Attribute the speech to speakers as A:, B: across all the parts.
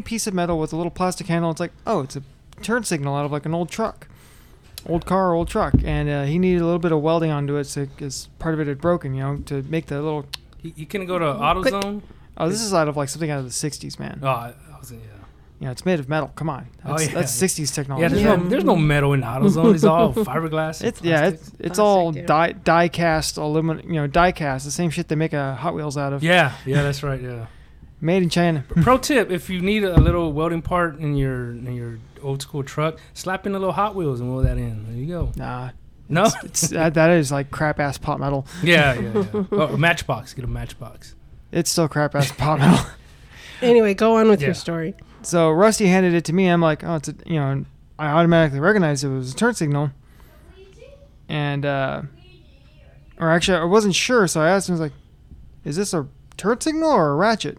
A: piece of metal with a little plastic handle. It's like, oh, it's a turn signal out of like an old truck, old car, old truck. And uh, he needed a little bit of welding onto it, so because part of it had broken, you know, to make the little.
B: You, you couldn't go to AutoZone.
A: Oh, this is out of like something out of the '60s, man.
B: Oh, I, I was, yeah.
A: You know, it's made of metal. Come on,
B: Oh,
A: that's,
B: yeah.
A: that's '60s technology.
B: Yeah, there's, No, there's no metal in AutoZone. It's all fiberglass. and
A: It's yeah,
B: plastic.
A: it's it's all
C: Plastic, yeah.
A: die die cast aluminum, you know, die cast, the same shit they make a Hot Wheels out of.
B: yeah, yeah. That's right. Yeah.
A: Made in China.
B: Pro tip: If you need a little welding part in your in your old school truck, slap in a little Hot Wheels and weld that in. There you go.
A: Nah,
B: No.
A: it's, uh, that, that is like crap ass pot metal.
B: yeah, yeah, yeah. Oh, a matchbox. Get a matchbox.
A: It's still crap ass pot metal.
C: Anyway, go on with
B: Yeah.
C: your story.
A: So Rusty handed it to me. I'm like, oh, it's a, you know, and I automatically recognized it was a turn signal, and uh, or actually I wasn't sure, so I asked him, I was like, is this a turn signal or a ratchet?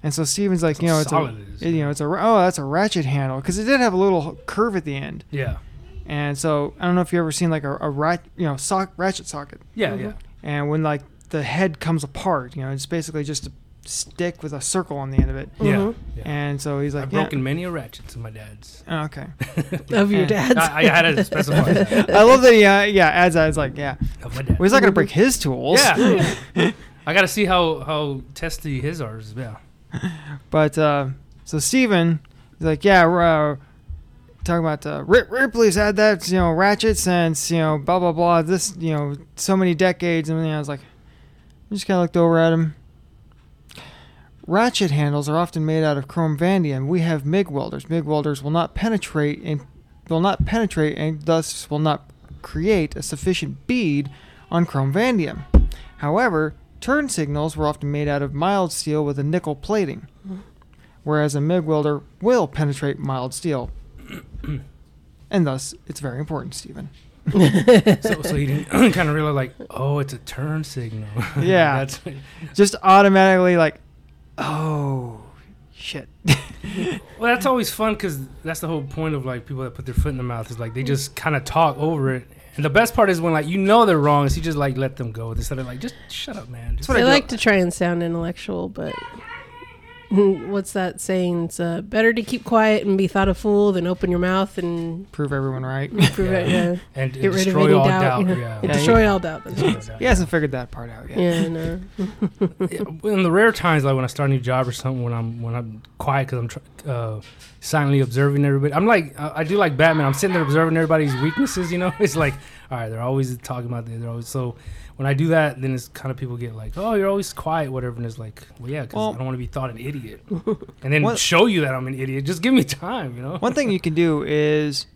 A: And so Steven's like, you know, it's a,
B: solid it is.
A: you know, it's a, ra- oh, that's a ratchet handle because it did have a little curve at the end.
B: Yeah,
A: And so I don't know if you've ever seen like a, a rat, you know, sock, ratchet socket.
B: yeah, yeah.
A: And when like the head comes apart, you know, it's basically just a stick with a circle on the end of it.
B: Yeah,
C: Mhm.
B: yeah.
A: Mm-hmm. And so he's like,
B: I've
A: yeah.
B: broken many a ratchet to my dad's.
A: Oh, okay.
C: Of your
A: And
C: dad's.
B: I, I had to specify that.
A: I love that he, uh, yeah, adds that. It's like, yeah.
B: Of my dad.
A: Well, he's not going to break his tools.
B: Yeah. I gotta see how how testy his are. Yeah.
A: But, uh, so Steven, he's like, yeah, we're, uh, talking about, uh, Rip Ripley's had that, you know, ratchet since, you know, blah, blah, blah, this, you know, so many decades. And then I was like, I just kind of looked over at him. Ratchet handles are often made out of chrome vanadium. We have MIG welders. MIG welders will not penetrate and will not penetrate and thus will not create a sufficient bead on chrome vanadium. However, turn signals were often made out of mild steel with a nickel plating, whereas a MIG welder will penetrate mild steel. and thus, it's very important, Stephen.
C: Mm-hmm.
B: So, so he didn't kind of realize like, oh, it's a turn signal.
A: Yeah.
B: That's
A: Just automatically, like, oh, shit.
B: well, that's always fun because that's the whole point of like people that put their foot in their mouth is like they just kind of talk over it. And the best part is when like you know they're wrong, is you just like let them go instead of like just shut up, man. Just,
A: what I
C: I
A: do.
C: like to try and sound intellectual, but what's that saying? It's uh, better to keep quiet and be thought a fool than open your mouth and
A: Prove everyone right.
C: prove it,
B: Yeah.
C: yeah.
B: and
C: Get rid of
B: destroy
C: any
B: all
C: doubt.
B: doubt.
C: you know.
B: Yeah.
A: Yeah,
C: Destroy all doubt. That's what it is.
A: He hasn't figured that part out yet.
C: Yeah, no.
B: Yeah, in the rare times, like when I start a new job or something, when I'm when I'm quiet because I'm tr- uh, silently observing everybody. I'm like I, I do like Batman. I'm sitting there observing everybody's weaknesses. You know, it's like all right, they're always talking about this. They're always so. When I do that, then it's kind of people get like, oh, you're always quiet, whatever. And it's like, well, yeah, because
A: Well-
B: I don't want to be thought an idiot, and then
A: One-
B: show you that I'm an idiot. Just give me time, you know.
A: One thing you can do is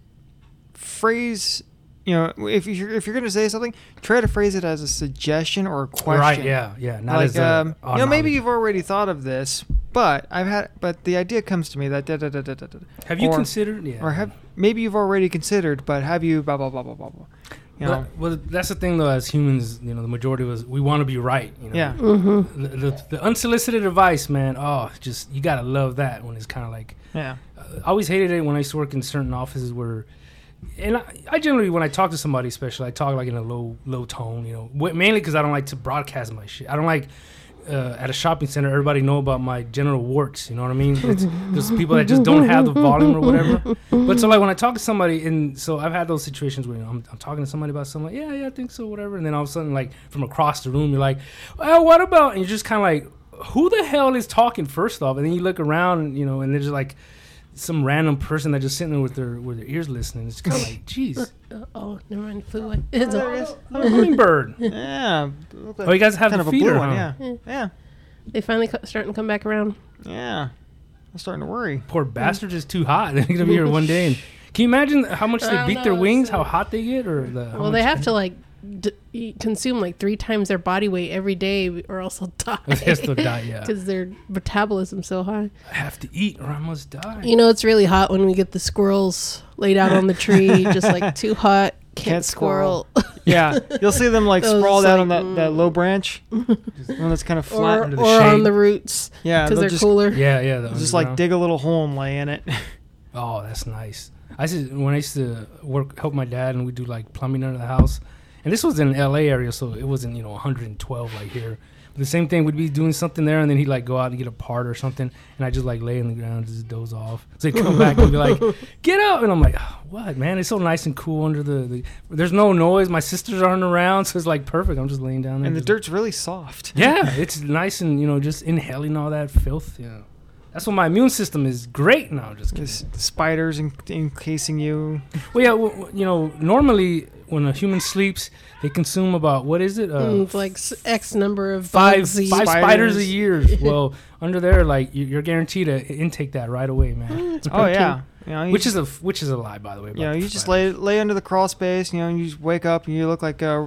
A: phrase, you know, if you're, if you're going to say something, try to phrase it as a suggestion or a question.
B: Right? Yeah, yeah. Not
A: like,
B: as a-
A: um,
B: oh,
A: you know, maybe
B: knowledge.
A: you've already thought of this, but I've had, but the idea comes to me that da da da da da da.
B: have you
A: or-
B: considered yeah,
A: Or have maybe you've already considered, but have you blah blah blah blah blah blah. You know,
B: But- well, that's the thing though. As humans, you know, the majority of us we want to be right. You know?
A: yeah.
C: Mm-hmm.
B: the, the, the unsolicited advice, man. Oh, just you gotta love that when it's kind of like.
A: Yeah.
B: I always hated it when I used to work in certain offices where, and I, I generally when I talk to somebody, especially I talk like in a low low tone, you know, Wa- mainly because I don't like to broadcast my shit. I don't like. Uh, at a shopping center, everybody know about my general warts. You know what I mean? It's, there's people that just don't have the volume or whatever. But so like when I talk to somebody, and so I've had those situations where you know, I'm, I'm talking to somebody about something, like, yeah, yeah, I think so, whatever. And then all of a sudden, like from across the room, you're like, well, what about? And you're just kind of like, who the hell is talking first off? And then you look around, and you know, and there's like some random person that just sitting there with their with their ears listening. It's kind of like, jeez,
C: Uh, oh, never mind. Flew away. It's
A: There it
C: a,
A: is.
B: I'm a hummingbird.
A: Yeah.
B: Oh, you guys have
A: kind of
B: the
A: a
B: feeder,
A: blue one.
B: huh?
A: Yeah. Yeah.
C: they finally co- starting to come back around.
A: Yeah. I'm starting to worry.
B: Poor bastards is too hot. They're gonna be here one day. And can you imagine how much
C: I
B: they
C: don't
B: beat their
C: know,
B: wings?
C: so-
B: How hot they get, or the how
C: Well, they
B: much-
C: have to like d- eat- consume like three times their body weight every day, or else they'll die.
B: Yes, they'll die, yeah.
C: because their metabolism's so high.
B: I have to eat or I must die.
C: You know, it's really hot when we get the squirrels laid out on the tree, just like too hot. Can't,
A: Can't squirrel.
C: squirrel.
A: Yeah. You'll see them like
C: Those,
A: sprawled out on
C: like,
A: that, that low branch. one that's kind of flat.
C: or
B: under the
C: or on
B: shade.
C: the roots
A: yeah.
C: because
A: they'll
C: they're
A: just,
C: cooler.
B: Yeah, yeah. the
A: Just like
B: underground.
A: dig a little hole and lay in it.
B: Oh, that's nice. I used to, when I used to work help my dad and we do like plumbing under the house, and this was in L.A. area, so it wasn't you know 112 like here. The same thing, we'd be doing something there, and then he'd like go out and get a part or something, and I just like lay on the ground, just doze off. So he'd come back and be like, "Get up!" And I'm like, "Ah, "What, man? It's so nice and cool under the, the. There's no noise. My sisters aren't around, so it's like perfect. I'm just laying down there.
A: And the
B: just-
A: dirt's really soft.
B: Yeah, it's nice and you know just inhaling all that filth. Yeah, that's what my immune system is great now. Just kidding.
A: There's spiders en- encasing you.
B: Well, yeah, w- w- you know, normally when a human sleeps, they consume about what is it? Uh,
C: Mm, it's like s- X number of
B: five
C: bugs a
B: five
C: year.
B: spiders a
A: Spiders.
B: year. well, under there, like you- you're guaranteed to i- intake that right away, man.
C: It's
A: Oh
C: protein.
A: yeah, you know, you
B: Which is a f- which is a lie, by the way. about
A: you know,
B: the
A: you just
B: spiders.
A: lay lay under the crawl space. You know, and you just wake up and you look like uh,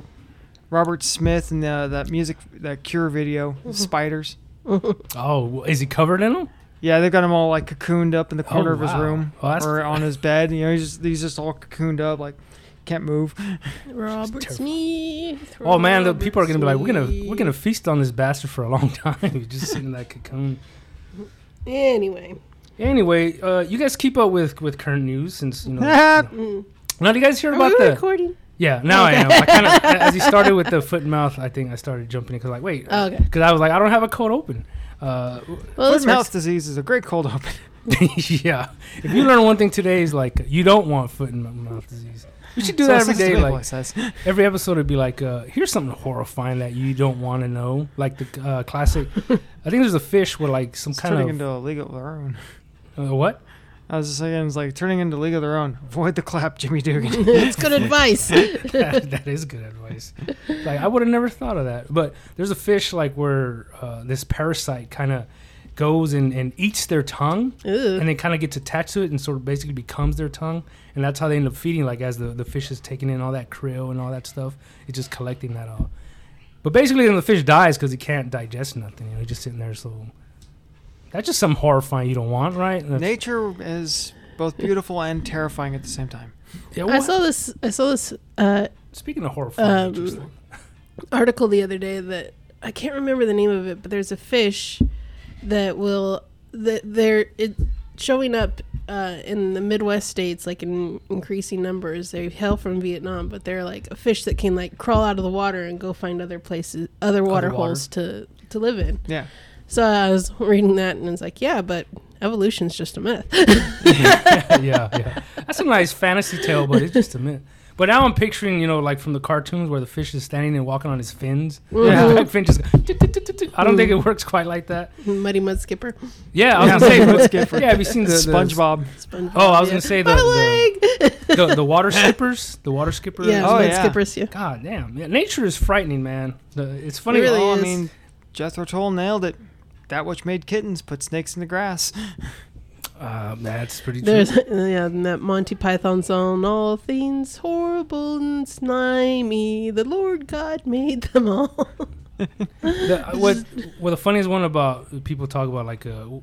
A: Robert Smith in uh, that music, that Cure video,
C: Mm-hmm.
A: spiders.
B: Oh, well, is he covered in them?
A: Yeah, they've got him all like cocooned up in the corner of his
B: wow.
A: room
B: Oh, that's-
A: or on his bed. You know, he's just he's just all cocooned up, like can't move.
C: Robert Smith.
B: Oh man, the
C: Robert
B: people are gonna be like, we're gonna
C: Smith."
B: we're gonna feast on this bastard for a long time. just sitting in that cocoon.
C: Anyway,
B: Anyway, uh, you guys keep up with with current news since you know.
C: mm.
B: now, do you guys hear
C: are
B: about
C: we
B: the?
C: recording?
B: Yeah, now I am. I kind of as you started with the foot and mouth, I think I started jumping because like wait,
C: Oh, okay.
B: because I was like I don't have a cold open. Uh,
C: Well,
A: Foot
C: this
A: and mouth disease is a great cold open.
B: yeah, if you learn one thing today is like you don't want foot and mouth disease. We should do
A: So
B: that every
A: since the
B: day.
A: big
B: Like
A: boy says.
B: every episode would be like, uh, here's something horrifying that you don't want to know. Like the uh, classic, I think there's a fish with like some
A: it's
B: kind
A: turning
B: of
A: into a league of their own.
B: uh, what?
A: I was just saying, it's like turning into league of their own. Avoid the clap, Jimmy Dugan.
C: That's good advice.
B: that that is good advice. Like I would have never thought of that. But there's a fish like where uh, this parasite kind of goes and, and eats their tongue,
C: Ooh.
B: and then kind of gets attached to it and sort of basically becomes their tongue, and that's how they end up feeding. Like as the the fish is taking in all that krill and all that stuff, it's just collecting that all. But basically, then the fish dies because he can't digest nothing. You know, he's just sitting there. So that's just some horrifying you don't want, right? That's-
A: Nature is both beautiful and terrifying at the same time.
B: Yeah,
C: I
B: well,
C: saw this. I saw this uh,
B: speaking of horrifying,
C: um,
B: interesting.
C: article the other day that I can't remember the name of it, but there's a fish that will that they're it showing up uh, in the Midwest states like in increasing numbers. They hail from Vietnam, but they're like a fish that can like crawl out of the water and go find other places, other
B: water.
C: water holes to to live in.
A: Yeah.
C: So I was reading that and it's like, yeah, but evolution's just a myth.
B: yeah, yeah. That's a nice fantasy tale, but it's just a myth. But now I'm picturing, you know, like from the cartoons where the fish is standing and walking on his fins. Yeah.
A: Mhm.
B: Back fin just, go, "Tut, tut, tut, tut, tut." I don't think it works quite like that.
C: Muddy Mud Skipper,
B: Yeah, I was
A: Yeah,
B: gonna say,
A: Muddy Mud
B: but-
A: Skipper.
B: yeah, have you seen the, the
A: SpongeBob.
C: SpongeBob.
B: Oh, I was
C: yeah.
B: gonna say the-
C: My
B: the-
C: leg!
B: The, the water skippers, the water skipper.
C: yeah,
A: Oh,
C: Mud
A: yeah.
C: Skippers. Yeah.
B: God damn, yeah, nature is frightening, man. The, it's funny.
C: It really
A: oh, I
C: is.
A: mean, Jethro Tull nailed it. That which made kittens put snakes in the grass.
B: Uh, that's pretty true.
C: There's yeah, and that Monty Python song, all things horrible and slimy. The Lord God made them all.
B: the, uh, what well the funniest one about people talk about like uh, w-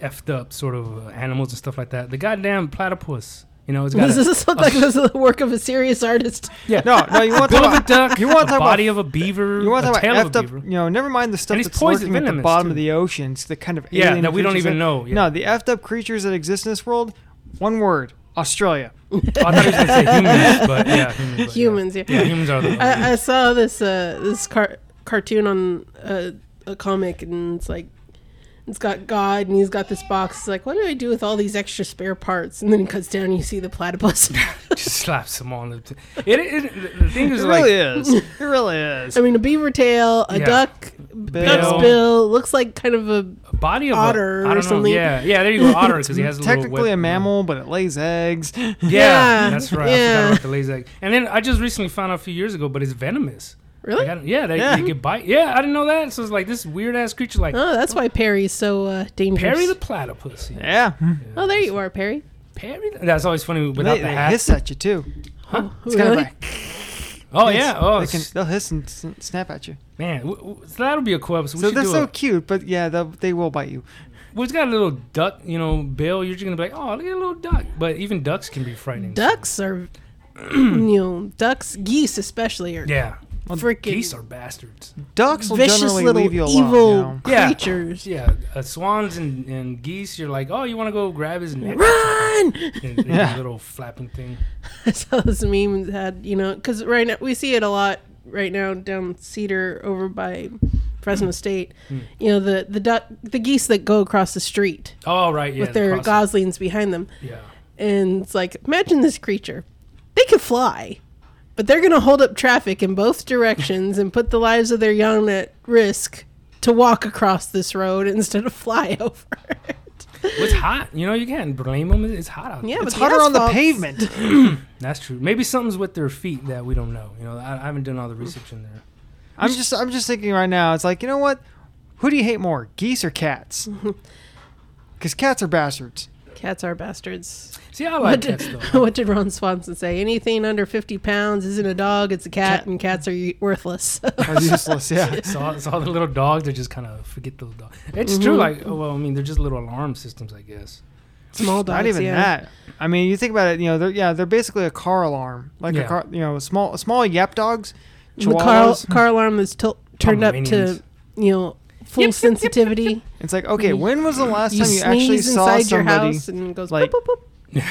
B: effed up sort of uh, animals and stuff like that. The goddamn platypus. You know, it's got
C: this
B: a,
C: is something like this is the work of a serious artist.
B: yeah.
A: No, no, you want to
B: bill
A: talk
B: of a
A: about,
B: duck,
A: you wanna
B: a
A: talk about-
B: body of a beaver,
A: you want
B: a
A: to talk
B: tail
A: about
B: of a
A: effed up,
B: beaver.
A: you know, never mind the stuff
B: And he's
A: that's lurking
B: poison
A: at the
B: venomous,
A: bottom
B: too.
A: of the oceans, the kind of
B: Yeah,
A: alien
B: that we don't
A: creatures
B: even
A: that-
B: know, yeah.
A: No, the effed up creatures that exist in this world, one word, Australia.
B: Well, I thought he was going to say humans, but yeah, humans. but yeah.
C: Humans, yeah.
B: Yeah, humans are the.
C: I, I saw this uh, this car- cartoon on uh, a comic, and it's like it's got God, and he's got this box. It's like, what do I do with all these extra spare parts? And then he cuts down, and you see the platypus.
B: just slaps them on the. T- it, it, the thing
A: It
B: is
A: really
B: like
A: is. It really is.
C: I mean, a beaver tail, a
B: Yeah.
C: duck,
B: Bill.
C: duck's bill looks like kind of a
B: a body of
C: otter
B: a, I
C: or
B: don't know,
C: something.
B: Yeah, yeah, there you go, otter, because he has a little
A: Technically
B: web-
A: a mammal, but it lays eggs.
B: Yeah,
C: Yeah,
B: that's right. I
C: yeah.
B: forgot about the lazy egg. And then I just recently found out a few years ago, but it's venomous.
C: really.
B: Like, I don't- yeah, they,
A: Yeah.
B: they get bite. Yeah, I didn't know that. So it's like this weird ass creature, like
C: Oh, that's why Perry's so uh, dangerous.
B: Perry the platypus. Yeah.
A: Yeah.
C: oh, there you are, Perry.
B: Perry. The, that's always funny
A: They,
B: without the
A: they
B: hat.
A: hiss at you too.
C: Oh,
A: It's kind of
C: really?
A: like,
B: Oh
A: hiss.
B: yeah. Oh
A: they can,
B: s-
A: they'll hiss and s- snap at you.
B: man, w- w- so that'll be a cool episode. We
A: so
B: should
A: they're
B: do
A: so
B: a,
A: cute, but yeah, they'll- they will bite you.
B: well, it's got a little duck, you know, bill. You're just gonna be like, oh, look at a little duck. But even ducks can be frightening.
C: ducks are, you know, ducks, geese especially are
B: Yeah. Geese
C: freaking
B: are bastards.
A: Ducks will
C: vicious
A: generally
C: little
A: leave you
C: evil
A: alone. you know?
B: Yeah.
C: creatures.
B: Yeah. Uh, swans and, and geese. You're like, oh, you want to go grab his neck?
C: Run!
B: And, and
A: Yeah.
B: Little flapping thing.
C: I saw this meme that had, you know, because right now we see it a lot right now down Cedar over by Fresno State,
B: Hmm.
C: you know the the duck, the geese that go across the street
B: Oh right, yeah.
C: with
B: the
C: their
B: cross-
C: goslings behind them,
B: Yeah.
C: and it's like imagine this creature, they could fly, but they're gonna hold up traffic in both directions and put the lives of their young at risk to walk across this road instead of fly over it.
B: Well, it's hot. You know, you can't blame them. It's hot out
C: Yeah,
B: there.
C: but
A: It's hotter on the
C: asphalt's-
A: pavement.
B: That's true. Maybe something's with their feet that we don't know. You know, I, I haven't done all the research in there.
A: I'm just I'm just thinking right now. It's like you know what? Who do you hate more, geese or cats? Because cats are bastards.
C: Cats are bastards.
B: See,
A: Oh,
B: I
C: What
B: like
C: did,
B: cats though.
C: what did Ron Swanson say? Anything under 50 pounds isn't a dog, it's a cat, and cats are u- worthless.
A: Are useless. Yeah.
B: It's all, it's all the little dogs that just kind of forget those dogs. It's true. Like, oh, well, I mean, they're just little alarm systems, I guess.
C: Small dogs.
A: Not even
C: yeah.
A: that. I mean, you think about it. You know, they're yeah, they're basically a car alarm, like
B: Yeah.
A: a car. You know, small small yap dogs,
C: The car,
A: chihuahuas.
C: car alarm is til- turned up
B: Pomeranians.
C: to, you know, full
B: Yip, yip, yip, yip,
C: sensitivity.
A: It's like okay, when was the last
C: You
A: time you
C: sneeze
A: actually saw
C: inside your
A: somebody?
C: house and it goes
A: like-
C: boop, boop, boop.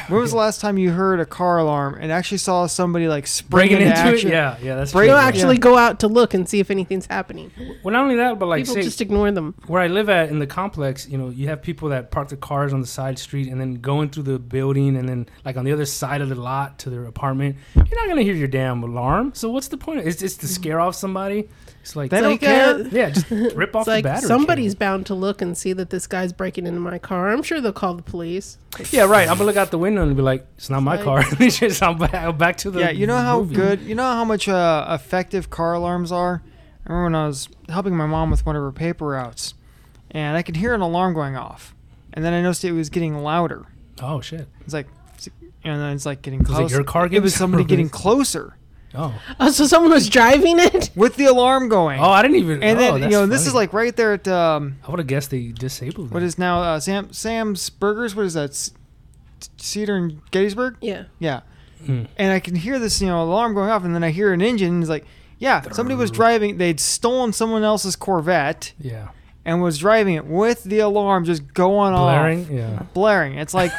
A: When was the last time you heard a car alarm and actually saw somebody like spring
B: Breaking into
A: action?
B: it? Yeah, yeah, that's
A: Break-
B: true.
C: They'll
A: yeah.
C: actually go out to look and see if anything's happening.
B: Well, not only that, but like,
C: People
B: say,
C: just ignore them.
B: where I live at in the complex, you know, you have people that park their cars on the side street and then going through the building and then like on the other side of the lot to their apartment. You're not gonna hear your damn alarm. So what's the point? It's
C: Mm-hmm.
B: it's to scare off somebody. It's like
A: They don't
C: like,
A: care.
C: uh,
B: yeah, just rip off
C: It's like
B: the battery.
C: somebody's
B: cable.
C: bound to look and see that this guy's breaking into my car. I'm sure they'll call the police.
B: yeah, right. I'm gonna look out the window and be like, it's not my
C: Like-
B: car. It's just- I'm back, I'm back to the
A: yeah, you know how
B: movie.
A: good, you know how much uh, effective car alarms are. I remember when I was helping my mom with one of her paper routes, and I could hear an alarm going off, and then I noticed it was getting louder.
B: Oh shit!
A: It's like, and then it's like getting
B: Was it
A: closer.
B: your car?
A: It was
B: getting-
A: somebody getting closer
B: Oh,
C: Oh, so someone was driving it?
A: with the alarm going.
B: oh, I didn't even.
A: and
B: oh,
A: then you
B: that's
A: know this
B: funny.
A: is like right there at um,
B: I would have guessed they disabled.
A: what
B: it.
A: is now uh, Sam Sam's Burgers. What is that? C- Cedar and Gettysburg.
C: Yeah.
A: Yeah.
B: Mm.
A: And I can hear this, you know, alarm going off, and then I hear an engine. And it's like, yeah, somebody was driving. They'd stolen someone else's Corvette
B: yeah
A: and was driving it with the alarm just going
B: blaring?
A: off,
B: Yeah.
A: blaring. It's like,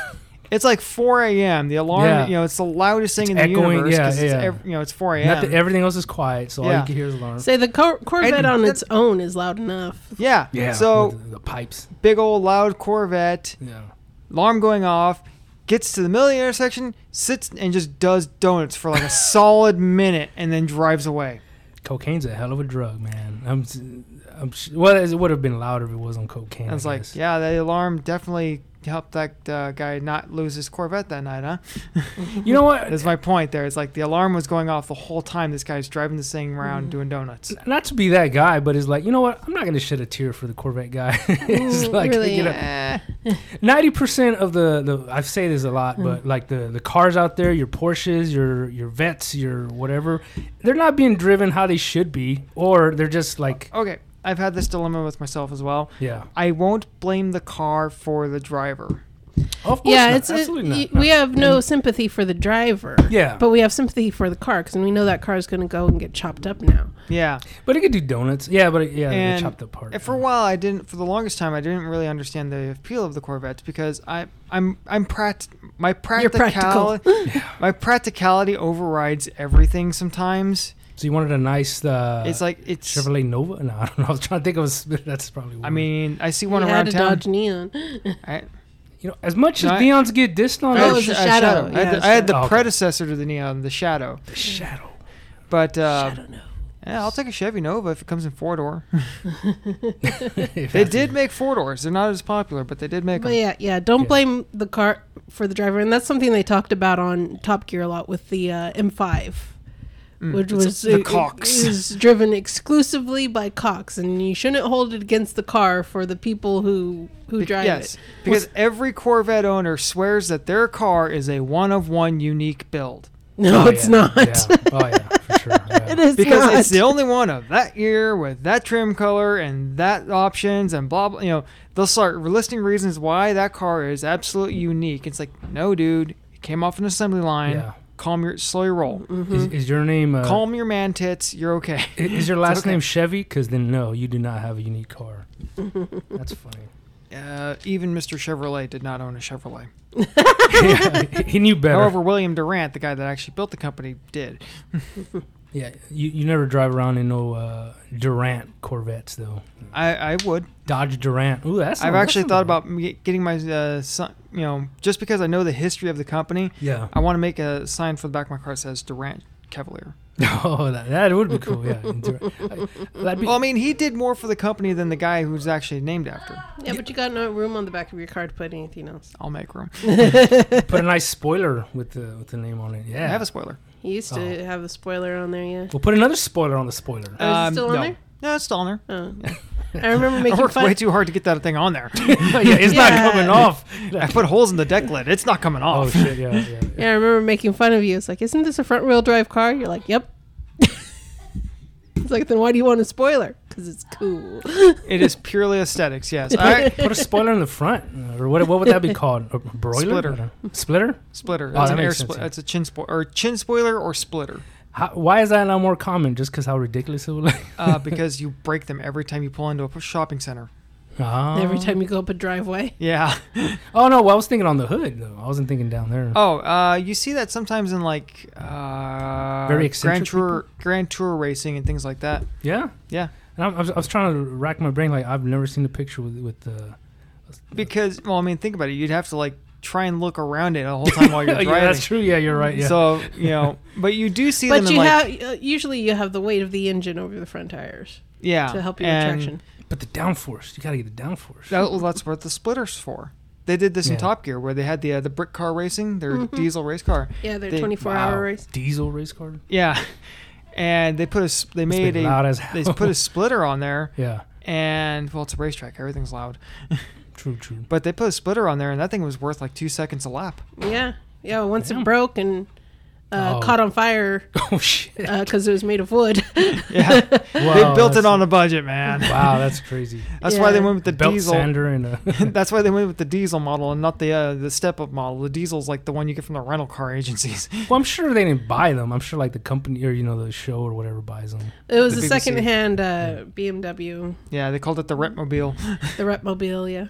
A: it's like 4 a.m. The alarm,
B: Yeah.
A: you know, it's the loudest thing
B: It's
A: in the
B: echoing,
A: universe.
B: yeah,
A: 'cause it's
B: yeah.
A: ev- you know, it's 4
B: Not that
A: a.m.
B: everything else is quiet, so all
A: Yeah.
B: you can hear is alarm.
C: Say the cor- Corvette
A: And-
C: on its own is loud enough.
A: yeah.
B: Yeah.
A: So
B: with the, the pipes.
A: big old loud Corvette,
B: Yeah.
A: alarm going off. Gets to the middle of the intersection, sits and just does donuts for like a solid minute, and then drives away.
B: Cocaine's a hell of a drug, man. I'm, s- I'm. s- Well, it would have been louder if it was on cocaine.
A: And it's like,
B: guess.
A: yeah, the alarm definitely helped that uh, guy not lose his Corvette that night, huh?
B: You know what?
A: That's my point there. It's like the alarm was going off the whole time this guy's driving this thing
B: Mm.
A: around doing donuts.
B: Not to be that guy, but it's like, you know what? I'm not gonna shed a tear for the Corvette guy. it's
C: Mm,
B: like,
C: really,
B: you know,
A: Eh,
B: ninety percent of the the I say this a lot, but
C: Mm.
B: like the the cars out there, your Porsches, your your Vets, your whatever, they're not being driven how they should be, or they're just like,
A: okay, I've had this dilemma with myself as well.
B: yeah,
A: I won't blame the car for the driver.
B: of course,
C: yeah,
B: not.
C: it's it,
B: absolutely not.
C: y- we have no sympathy for the driver.
B: yeah,
C: But we have sympathy for the car because we know that car is going to go and get chopped up now.
A: Yeah.
B: But it could do donuts. Yeah, but it, yeah,
A: And
B: they chopped up part.
A: And for a while, I didn't. For the longest time, I didn't really understand the appeal of the Corvettes because I, I'm, I'm pract. My
C: practical.
A: practicality, my practicality overrides everything sometimes.
B: so you wanted a nice uh,
A: it's like it's
B: Chevrolet Nova. No, I don't know. I was trying to think of a. sp- That's probably.
A: I
B: weird.
A: mean, I see one
C: You
A: around
C: had a
A: town.
C: Dodge Neon.
A: I,
B: you know, as much
A: No,
B: as
A: I-
B: Leon's get dissed on,
A: I
C: Oh,
A: had
C: it
A: a
B: oh,
C: was
A: sh-
C: a
A: I had
C: shadow.
A: I had
C: Yeah, Oh,
A: the, I had the
B: shadow. Okay.
A: predecessor to the Neon, the Shadow.
B: the shadow.
A: But uh,
C: Shadow Nova.
A: yeah, I'll take a Chevy Nova if it comes in four door.
B: If
A: they
B: that's-
A: did make four doors. They're not as popular, but they did make
C: But
A: them.
C: yeah, yeah. Don't
B: Yeah.
C: blame the car for the driver, and that's something they talked about on Top Gear a lot with the uh, M5,
A: Mm.
C: which was
A: the
C: it-
A: Cox.
C: it is driven exclusively by Cox, and you shouldn't hold it against the car for the people who who
A: Be-
C: drive
A: yes,
C: it.
A: because every Corvette owner swears that their car is a one of one unique build
C: No,
B: Oh,
C: it's
B: yeah.
C: not.
B: Yeah. Oh yeah, for sure. yeah.
C: it is
A: because
C: not.
A: it's the only one of that year with that trim color and that options and blah blah. You know, they'll start listing reasons why that car is absolutely unique. It's like, no, dude, it came off an assembly line.
B: Yeah.
A: Calm your slow your roll.
B: Is,
C: Mm-hmm.
B: is your name? Uh,
A: Calm your man tits. You're okay.
B: i- Is your last
A: okay.
B: name Chevy? Because then no, you do not have a unique car. That's funny.
A: Uh, even Mr. Chevrolet did not own a Chevrolet.
B: Yeah, he knew better.
A: However, William Durant, the guy that actually built the company, did.
B: Yeah, you, you never drive around in no uh, Durant Corvettes though.
A: I, I would.
B: Dodge Durant. Ooh, that's.
A: I've actually thought about me getting my uh, son, you know, just because I know the history of the company,
B: Yeah.
A: I want to make a sign for the back of my car that says Durant Cavalier.
B: Oh, that, that would be cool. Yeah. Durant. I- that'd be-
A: Well, I mean, he did more for the company than the guy who's actually named after.
C: Yeah, but you got no room on the back of your car to put anything else.
A: I'll make room.
B: put a nice spoiler with the with the name on it.
A: I
B: Yeah.
A: have a spoiler.
C: He used
A: Oh.
C: to have the spoiler on there, yeah.
B: we'll put another spoiler on the spoiler.
C: Oh, is it still
A: Um,
C: on
A: no.
C: there?
A: No, it's still on there.
C: Oh. I remember
A: I
C: making
A: worked way
C: fun.
A: too hard to get that thing on there.
B: yeah, it's
C: Yeah.
B: not coming off.
A: I put holes in the deck lid. It's not coming
B: Oh
A: off.
B: shit! Yeah, yeah.
C: Yeah, I remember making fun of you. It's like, isn't this a front wheel drive car? You're like, yep. it's like, then why do you want a spoiler? Because it's cool.
A: It is purely aesthetics. Yes. All right.
B: Put a spoiler in the front, or what? What would that be called? A broiler?
A: Splitter.
B: Splitter?
A: Splitter.
B: Oh,
A: That's
B: that
A: an air
B: makes sense,
A: split.
B: yeah.
A: That's a chin spoiler or chin spoiler or splitter.
B: How, why is that not more common? Just because how ridiculous it would look.
A: Uh, because you break them every time you pull into a shopping center.
B: Ah.
C: Every time you go up a driveway.
A: Yeah.
B: Oh no! Well, I was thinking on the hood though. I wasn't thinking down there.
A: Oh, uh, you see that sometimes in like uh,
B: Very
A: Grand
B: eccentric
A: Tour, Grand Tour racing and things like that.
B: Yeah.
A: Yeah.
B: And I'm- I, was, I was trying to rack my brain. Like I've never seen a picture with with the.
A: Because, well, I mean, think about it. You'd have to like try and look around it the whole time while Oh, you're driving.
B: yeah, that's true. Yeah, you're right. Yeah.
A: So you know, but you do see them.
C: But
A: in,
C: you
A: like,
C: have uh, usually you have the weight of the engine over the front tires
A: yeah,
C: to help you with
A: and
C: traction.
B: but the downforce, you gotta get the downforce.
A: That, well, that's what the splitter's for. They did this in
B: Yeah.
A: Top Gear, where they had the uh, the brick car racing, their
C: Mm-hmm.
A: diesel race car.
C: Yeah, they're
A: They-
C: 24
B: Wow.
C: hour race.
B: Diesel race car.
A: Yeah, and they put a s- they
B: Must be
A: made a
B: loud as
A: they
B: hell.
A: put a splitter on there,
B: yeah.
A: and well, it's a racetrack, everything's loud.
B: True. True.
A: But they put a splitter on there, and that thing was worth like two seconds a lap.
C: Yeah. Yeah, once
B: Damn.
C: it broke and uh,
B: Oh.
C: caught on fire
B: Oh shit!
C: because it was made of wood.
A: Yeah,
B: Wow,
A: they built it
B: that's-
A: on a budget, man.
B: Wow, that's crazy.
A: That's why they
C: Yeah.
A: went with the
B: Belt
A: diesel.
B: sander and a
A: That's why they went with the diesel model and not the uh, the step up model. The diesel's like the one you get from the rental car agencies.
B: Well, I'm sure they didn't buy them. I'm sure like the company or you know the show or whatever buys them.
C: It was
A: The
C: a
A: BBC.
C: secondhand uh, BMW,
A: yeah, they called it the Rentmobile.
C: the Repmobile, yeah.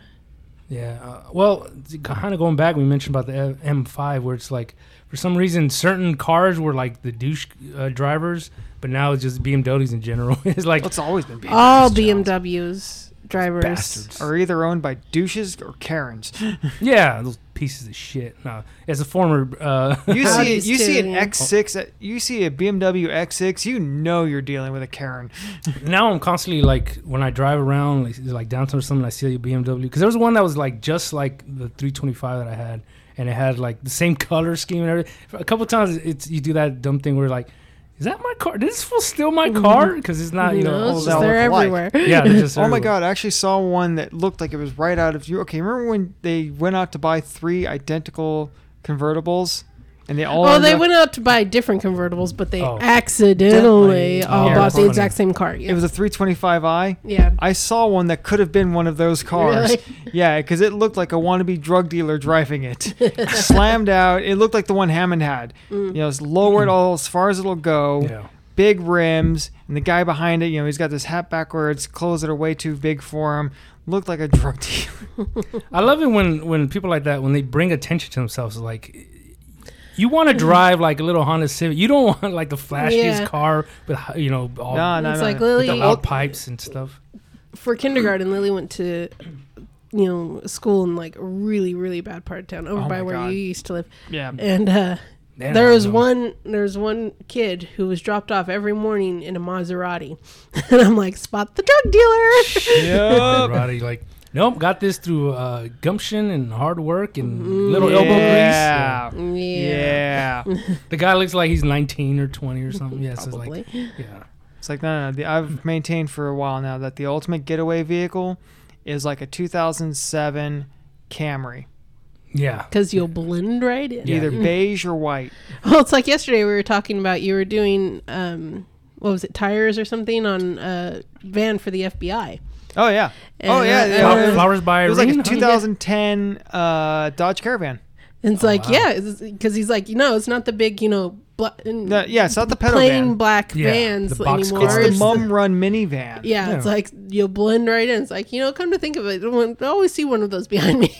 B: Yeah. Uh, well, kind of going back, we mentioned about the M- M5 where it's like for some reason certain cars were like the douche uh, drivers, but now it's just BMWs in general. it's like
A: It's always been BMWs.
C: All BMWs drivers.
B: bastards.
A: Are either owned by douches or Karens.
B: yeah, those pieces of shit. No, as a former uh,
A: You
C: How
A: see,
C: these
A: you see an
C: two-
A: X6, at- you see a BMW X6, you know you're dealing with a Karen.
B: now I'm constantly like when I drive around like, like downtown or something, I see a BMW because there was one that was like just like the 325 that I had, and it had like the same color scheme and everything. For A couple times, it's you do that dumb thing where you're like, is that my car? This is still my
A: Mm-hmm.
B: car because it's not you know.
C: No,
A: all
C: it's
A: that
C: just they're
A: look alike.
C: everywhere.
B: yeah, they're just
A: Oh my
B: everywhere.
A: god, I actually saw one that looked like it was right out of you. Okay, remember when they went out to buy three identical convertibles and they all
C: well,
A: ended
C: they
A: up-
C: went out to buy different convertibles, but they
B: Oh.
C: accidentally
B: Definitely.
C: all
A: Yeah,
C: bought
A: that's
C: the
B: funny.
C: exact same car. Yeah.
A: It was a 325i.
C: yeah.
A: I saw one that could have been one of those cars.
C: Really?
A: Yeah, because it looked like a wannabe drug dealer driving it. Slammed out. It looked like the one Hammond had. You
C: Mm.
A: know, it's lowered all as far as it'll go.
B: Yeah.
A: Big rims, and the guy behind it, you know, he's got this hat backwards, clothes that are way too big for him. Looked like a drug dealer.
B: I love it when when people like that when they bring attention to themselves like. You want to drive like a little Honda Civic. You don't want like the flashiest
C: Mm-hmm. Yeah.
B: car with you know all
A: No, no,
C: It's
A: no.
C: like
B: with the
C: Lily
B: loud pipes and stuff.
C: for kindergarten. Lily went to you know school in like a really really bad part of town over
A: Oh
C: by
A: my
C: where
A: God. Mm.
C: you used to live,
A: yeah.
C: and uh,
B: Damn,
C: there was
B: no.
C: one there was one kid who was dropped off every morning in a Maserati, and I'm like, spot the drug dealer.
A: Yep.
B: Everybody like, nope, got this through uh, gumption and hard work and
C: Mm-hmm.
B: little elbow grease. Yeah.
A: yeah.
C: yeah,
A: Yeah.
B: The guy looks like he's 19 or 20 or something. Yes, it's
C: probably.
B: like, yeah.
A: It's like no, no. The, I've maintained for a while now that the ultimate getaway vehicle is like a 2007 Camry,
B: Yeah.
C: Because you'll blend right in.
B: Yeah.
A: either beige or white.
C: Well, it's like yesterday we were talking about you were doing um, what was it tires or something on a van for the FBI.
A: Oh yeah. oh
C: And,
A: yeah. yeah,
C: uh, Flower-
A: yeah.
B: Flower- Flowers by
A: it
B: Irene.
A: was like a
B: huh?
A: 2010 uh, Dodge Caravan.
C: And
A: Oh,
C: it's like,
B: wow.
C: yeah, because he's like, you know, it's not the big, you know, bla- and
A: No, yeah, it's not the pedo
C: plain
A: van.
C: black
B: Yeah,
C: vans
B: the box car.
C: anymore.
A: It's the
C: It's-
A: mum run minivan.
C: yeah,
B: Yeah.
C: it's like you'll blend right in. It's like, you know, come to think of it, I always see one of those behind me.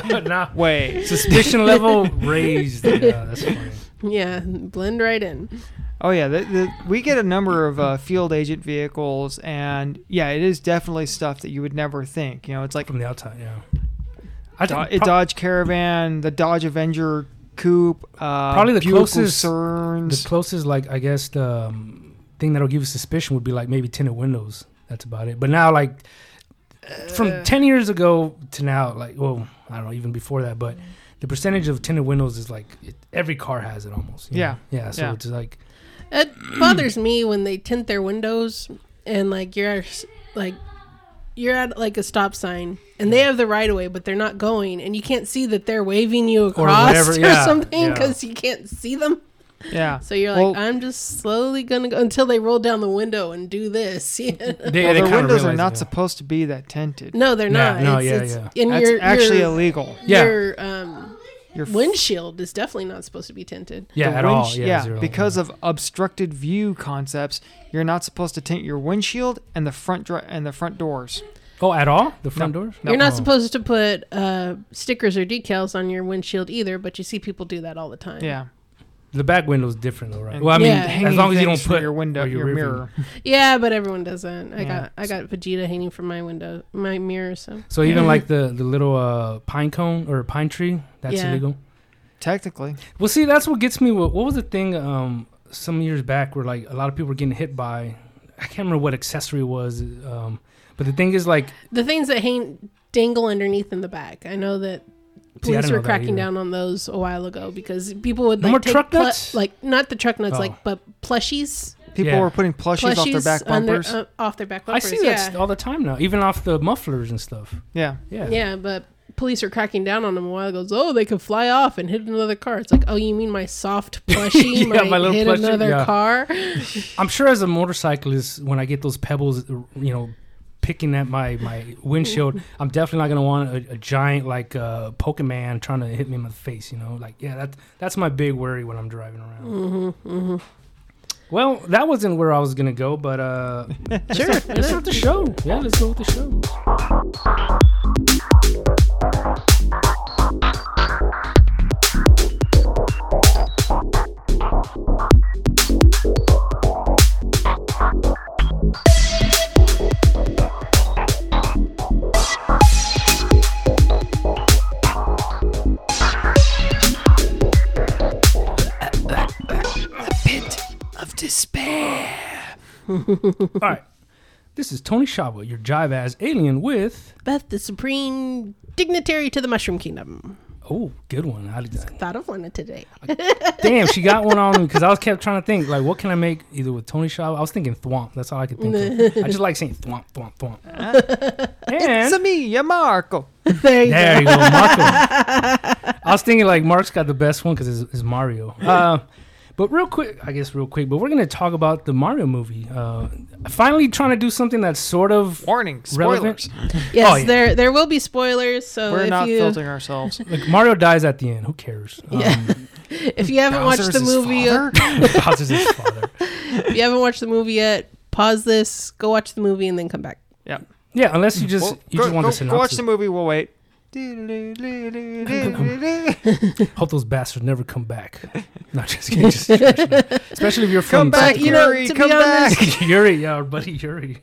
B: nah.
A: Wait.
B: Suspicion level raised. Yeah, that's funny.
C: yeah, blend right in.
A: Oh yeah, the, the, we get a number of uh, field agent vehicles, and yeah, it is definitely stuff that you would never think. You know, it's like
B: from the outside. Yeah, I
A: Do-
B: think
A: Uh, it
B: prob-
A: Dodge Caravan, the Dodge Avenger coupe, uh,
B: Probably the
A: Buick
B: closest-
A: Lucernes.
B: the closest, like I guess, the um, thing that'll give you suspicion would be like maybe tinted windows. That's about it. But now, like
A: Uh.
B: from ten years ago to now, like well, I don't know, even before that, but the percentage of tinted windows is like it, every car has it almost. you
A: Yeah.
B: know? yeah. So
A: Yeah.
B: it's like
C: It bothers me when they tint their windows and like you're s- like you're at like a stop sign and they have the right of way but they're not going and you can't see that they're waving you across or,
B: whatever, yeah,
C: something
B: yeah.
C: because you can't see them.
A: yeah,
C: So you're
A: Well-
C: like, I'm just slowly gonna go until they roll down the window and do this. Yeah.
B: they,
A: Well,
B: they
A: their
B: kinda
A: windows are
B: realize it,
A: not
B: yeah.
A: supposed to be that tinted.
C: No, they're
B: Yeah,
C: not.
B: no,
C: it's,
B: yeah,
C: it's,
B: yeah.
C: And
A: That's
C: your,
A: actually
C: your,
A: illegal.
B: Yeah.
C: your um,
A: Your
C: windshield is definitely not supposed to be tinted.
B: Yeah,
A: the
B: at
A: wind-
B: all. Yeah,
A: yeah,
B: zero,
A: because of obstructed view concepts, you're not supposed to tint your windshield and the front dri- and the front doors.
B: oh, at all the front doors.
C: You're not
B: Oh.
C: supposed to put uh, stickers or decals on your windshield either, but you see people do that all the time.
A: Yeah,
B: The back window's different though, right?
A: And
B: Well, I mean,
C: Yeah.
B: as
A: hanging
B: long as you
A: things
B: don't
A: from
B: put
A: your window,
B: or
A: your,
B: rear view.
A: mirror.
C: Yeah, but everyone doesn't. I
A: Yeah.
C: got I got Vegeta hanging from my window, my mirror. So
B: So even like the the little uh, pine cone or pine tree, that's
C: Yeah.
B: illegal.
A: Technically,
B: Well, see, that's what gets me. What, what was the thing um, some years back where like a lot of people were getting hit by? I can't remember what accessory it was. Um, but the thing is, like,
C: the things that hang dangle underneath in the back. I know that
B: See, I
C: police
B: don't know
C: were
B: that
C: cracking
B: either.
C: down on those a while ago because people would
B: No
C: like
B: more
C: take
B: truck
C: plu-
B: nuts?
C: like not the truck nuts,
B: Oh.
C: like but plushies,
A: people
B: Yeah.
A: were putting plushies, off their
C: plushies
A: back
C: on their-
A: bumpers.
C: uh, off their back
B: I
C: bumpers.
B: see that
C: yeah.
B: st- all the time now, even off the mufflers and stuff.
A: yeah,
B: Yeah.
C: Yeah, but police are cracking down on them a while ago. It's, Oh, they could fly off and hit another car. It's like, oh, you mean my soft plushie
B: Yeah,
C: might
B: my little
C: hit
B: plushie,
C: another
B: yeah.
C: car?
B: I'm sure as a motorcyclist, when I get those pebbles, you know, picking at my my windshield, I'm definitely not gonna want a, a giant like uh, Pokemon trying to hit me in the face. You know, like yeah, that that's my big worry when I'm driving around. Well, that wasn't where I was gonna go, but uh,
C: sure.
B: let's start the show. Yeah, let's go with the show.
A: pit of despair.
B: All right, this is Tony Shawa, your jive ass alien with.
C: Beth, the supreme dignitary to the Mushroom Kingdom.
B: Oh, good one. I,
C: Thought of one today.
B: damn, she got one on me because I was kept trying to think like, what can I make either with Tony Shaw? I was thinking thwomp. That's all I could think of. I just like saying thwomp, thwomp, thwomp.
A: It's
B: And
A: me, ya Marco.
C: there you
B: there you go, Marco. I was thinking like Mark's got the best one because it's, it's Mario. Uh, but real quick, I guess real quick, but we're gonna talk about the Mario movie. Uh, finally, trying to do something that's sort of
A: Warning,
B: Relevant.
A: spoilers.
C: Yes,
B: Oh, yeah.
C: there there will be spoilers. So
A: We're
C: if
A: not
C: you
A: filtering ourselves.
B: like Mario dies at the end. Who cares?
C: Yeah. if you haven't watched
A: Bowser's
C: the
A: his
C: movie,
A: father?
B: Um, Bowser's his father.
C: if you haven't watched the movie yet, pause this, go watch the movie, and then come back.
B: Yeah, unless you just
A: Well,
B: you
A: go,
B: just want
A: go,
B: the synopsis.
A: go watch the movie. We'll wait.
B: Hope those bastards never come back. Not just kidding. Just especially if you're from
A: Come back,
C: But, you know,
A: Yuri.
C: to be
A: Come
C: honest-
A: back.
B: Yuri, yeah, our buddy Yuri.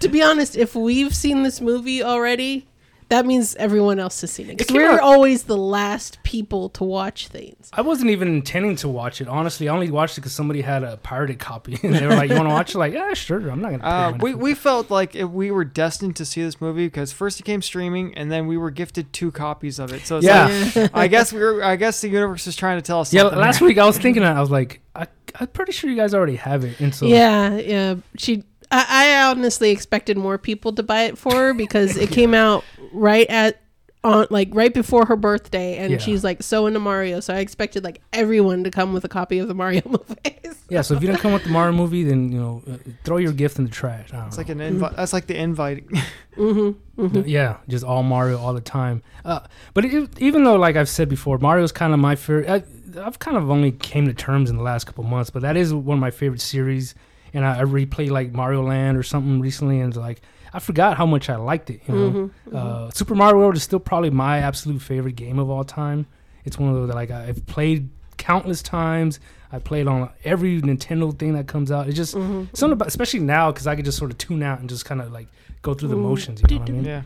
C: To be honest, if we've seen this movie already, that means everyone else has seen it.
B: It
C: Because
B: came
C: we're
B: out-
C: always the last people to watch things.
B: I wasn't even intending to watch it. Honestly, I only watched it because somebody had a pirated copy, and they were like, "You want to watch it?" Like, yeah, sure. I'm not gonna. Pay
A: Uh,
B: money
A: we,
B: for
A: we felt like if we were destined to see this movie because first it came streaming and then we were gifted two copies of it. So
B: it."
A: it's
B: yeah,
A: like, I guess we were. I guess the universe is trying to tell us.
B: yeah.
A: something.
B: Last week I was thinking, that, I was like, I, I'm pretty sure you guys already have it, and so
C: Yeah, yeah. She, I, I honestly expected more people to buy it for her because it came out right at on like right before her birthday, and
B: Yeah.
C: she's like so into Mario, so I expected like everyone to come with a copy of the Mario movies.
B: yeah. So if you don't come with the Mario movie, then you know, uh, throw your gift in the trash. I don't
A: It's
B: know.
A: like an invite. That's like the invite.
B: Mm-hmm. Yeah, just all Mario all the time. Uh, but it, even though, like I've said before, Mario's kind of my favorite. I've kind of only came to terms in the last couple months, but that is one of my favorite series. And I, I replayed like Mario Land or something recently, and it's like I forgot how much I liked it. You know,
C: Mm-hmm.
B: Uh, Super Mario World is still probably my absolute favorite game of all time. It's one of those that like I've played countless times. I played on every Nintendo thing that comes out. It's
C: Mm-hmm.
B: just something about, especially now, because I could just sort of tune out and just kind of like go through the
C: Mm.
B: motions. You know what I mean?
A: Yeah.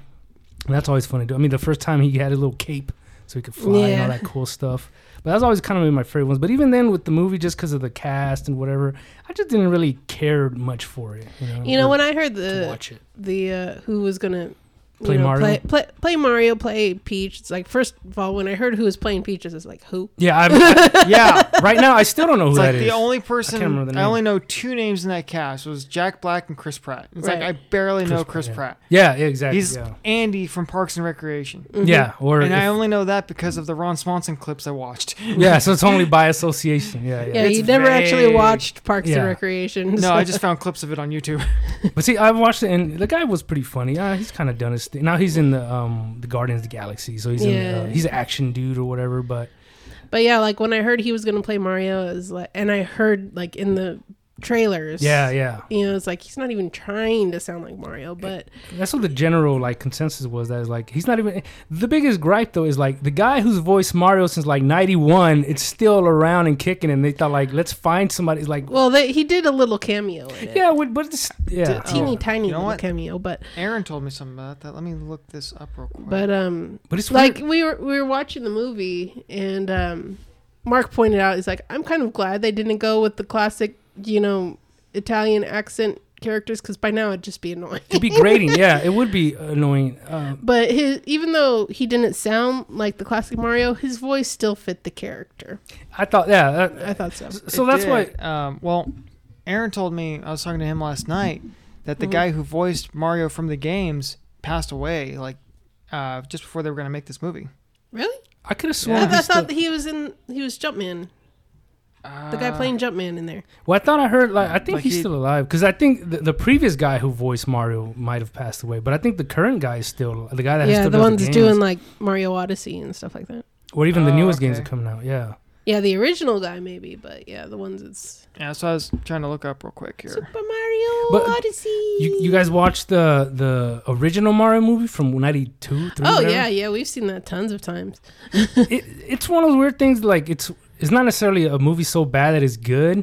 B: And that's always fun to do. I mean, the first time he had a little cape so he could fly and all
C: Yeah.
B: that cool stuff. But that's always kind of been my favorite ones. But even then, with the movie, just because of the cast and whatever, I just didn't really care much for it. You know,
C: You know,
B: or
C: when I heard
B: to
C: the
B: watch it.
C: the uh, who was gonna you
B: Play
C: know,
B: Mario?
C: play, play, play Mario, play Peach. It's like first of all, when I heard who was playing Peach, it's like who?
B: Yeah, I,
A: Yeah.
B: right now I still don't know who
A: It's like
B: that is.
A: the only person I,
B: remember the name.
A: only know two names in that cast was Jack Black and Chris Pratt. It's
C: Right.
A: like I barely know
B: Chris
A: Chris
B: Pratt,
A: Pratt.
B: yeah, yeah, exactly.
A: He's
B: yeah.
A: Andy from Parks and Recreation.
C: Mm-hmm.
B: Yeah, or
A: And I
B: if-
A: only know that because of the Ron Swanson clips I watched.
B: yeah, so it's only by association. Yeah, yeah.
C: Yeah,
A: It's
C: you never actually
A: vague.
C: watched Parks
B: Yeah.
C: and Recreation.
A: No,
C: so-
A: I just found clips of it on YouTube.
B: But see, I've watched it, and the guy was pretty funny. Uh, he's kind of done his thing. Now he's in the um the Guardians of the Galaxy, so he's in, uh,
C: Yeah.
B: he's an action dude or whatever. But
C: But yeah, like when I heard he was gonna play Mario, it was like, and I heard like in the trailers.
B: yeah, yeah,
C: You know, it's like he's not even trying to sound like Mario, but
B: that's what the general like consensus was. That is like he's not even the biggest gripe though is like the guy who's voiced Mario since like '91. It's still around and kicking, and they thought like let's find somebody. It's like
C: well, they, he did a little cameo in it.
B: yeah, Oh. we- but it's, yeah, uh,
C: teeny
B: yeah.
C: tiny
A: You know
C: little
A: what?
C: cameo, but
A: Aaron told me something about that. Let me look this up real quick.
C: but um,
B: but it's
C: like
B: like
C: we were we were watching the movie and um, Mark pointed out he's like I'm kind of glad they didn't go with the classic you know Italian accent characters because by now it'd just be annoying.
B: it'd be grating. Yeah, it would be annoying. Um,
C: But his even though he didn't sound like the classic Mario, his voice still fit the character.
B: I thought, yeah. That,
C: I thought so.
B: so that's why.
A: why. Um, well, Aaron told me I was talking to him last night that the
C: Mm-hmm.
A: guy who voiced Mario from the games passed away, like uh, just before they were going to make this movie.
C: Really?
B: I could have sworn.
C: I,
B: he
C: I
B: still-
C: thought he was in he was Jumpman,
A: Uh,
C: the
B: Ah.
C: guy playing Jumpman in there.
B: well, I thought I heard. Like, I think
A: Like
B: he's
A: he-
B: still alive because I think the, the previous guy who voiced Mario might have passed away, but I think the current guy is still the guy that
C: Yeah,
B: still
C: the
B: does
C: one that's
B: games,
C: doing like Mario Odyssey and stuff like that.
B: or even the
A: Oh,
B: newest games
A: okay.
B: that are coming out. Yeah,
C: Yeah, the original guy maybe, but yeah, the ones that's
A: Uh, Yeah, so I was trying to look up real quick here.
C: Super Mario
B: But
C: Odyssey.
B: you you guys watched the the original Mario movie from '92?
C: Oh yeah, yeah, we've seen that tons of times.
B: it, it's one of those weird things. Like it's it's not necessarily a movie so bad that it's good,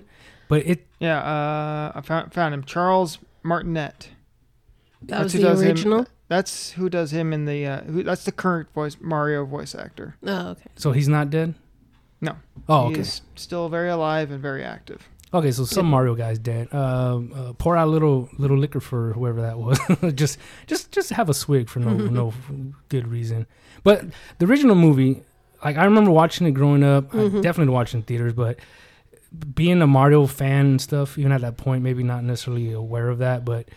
B: but it
A: Yeah, uh, I found, found him. Charles Martinet.
B: Uh,
C: That was
A: who
C: the
A: does him-
C: original.
A: That's who does him in the. Uh, who, that's the current voice Mario voice actor.
C: Oh okay.
B: so he's not dead.
A: No.
B: Oh okay.
A: He's still very alive and very active.
B: Okay, so some Mario guy's dead. Um, uh, pour out a little little liquor for whoever that was. just just just have a swig for no no good reason. But the original movie, like I remember watching it growing up.
C: Mm-hmm.
B: I definitely watched it in theaters, but being a Mario fan and stuff, even at that point, maybe not necessarily aware of that, but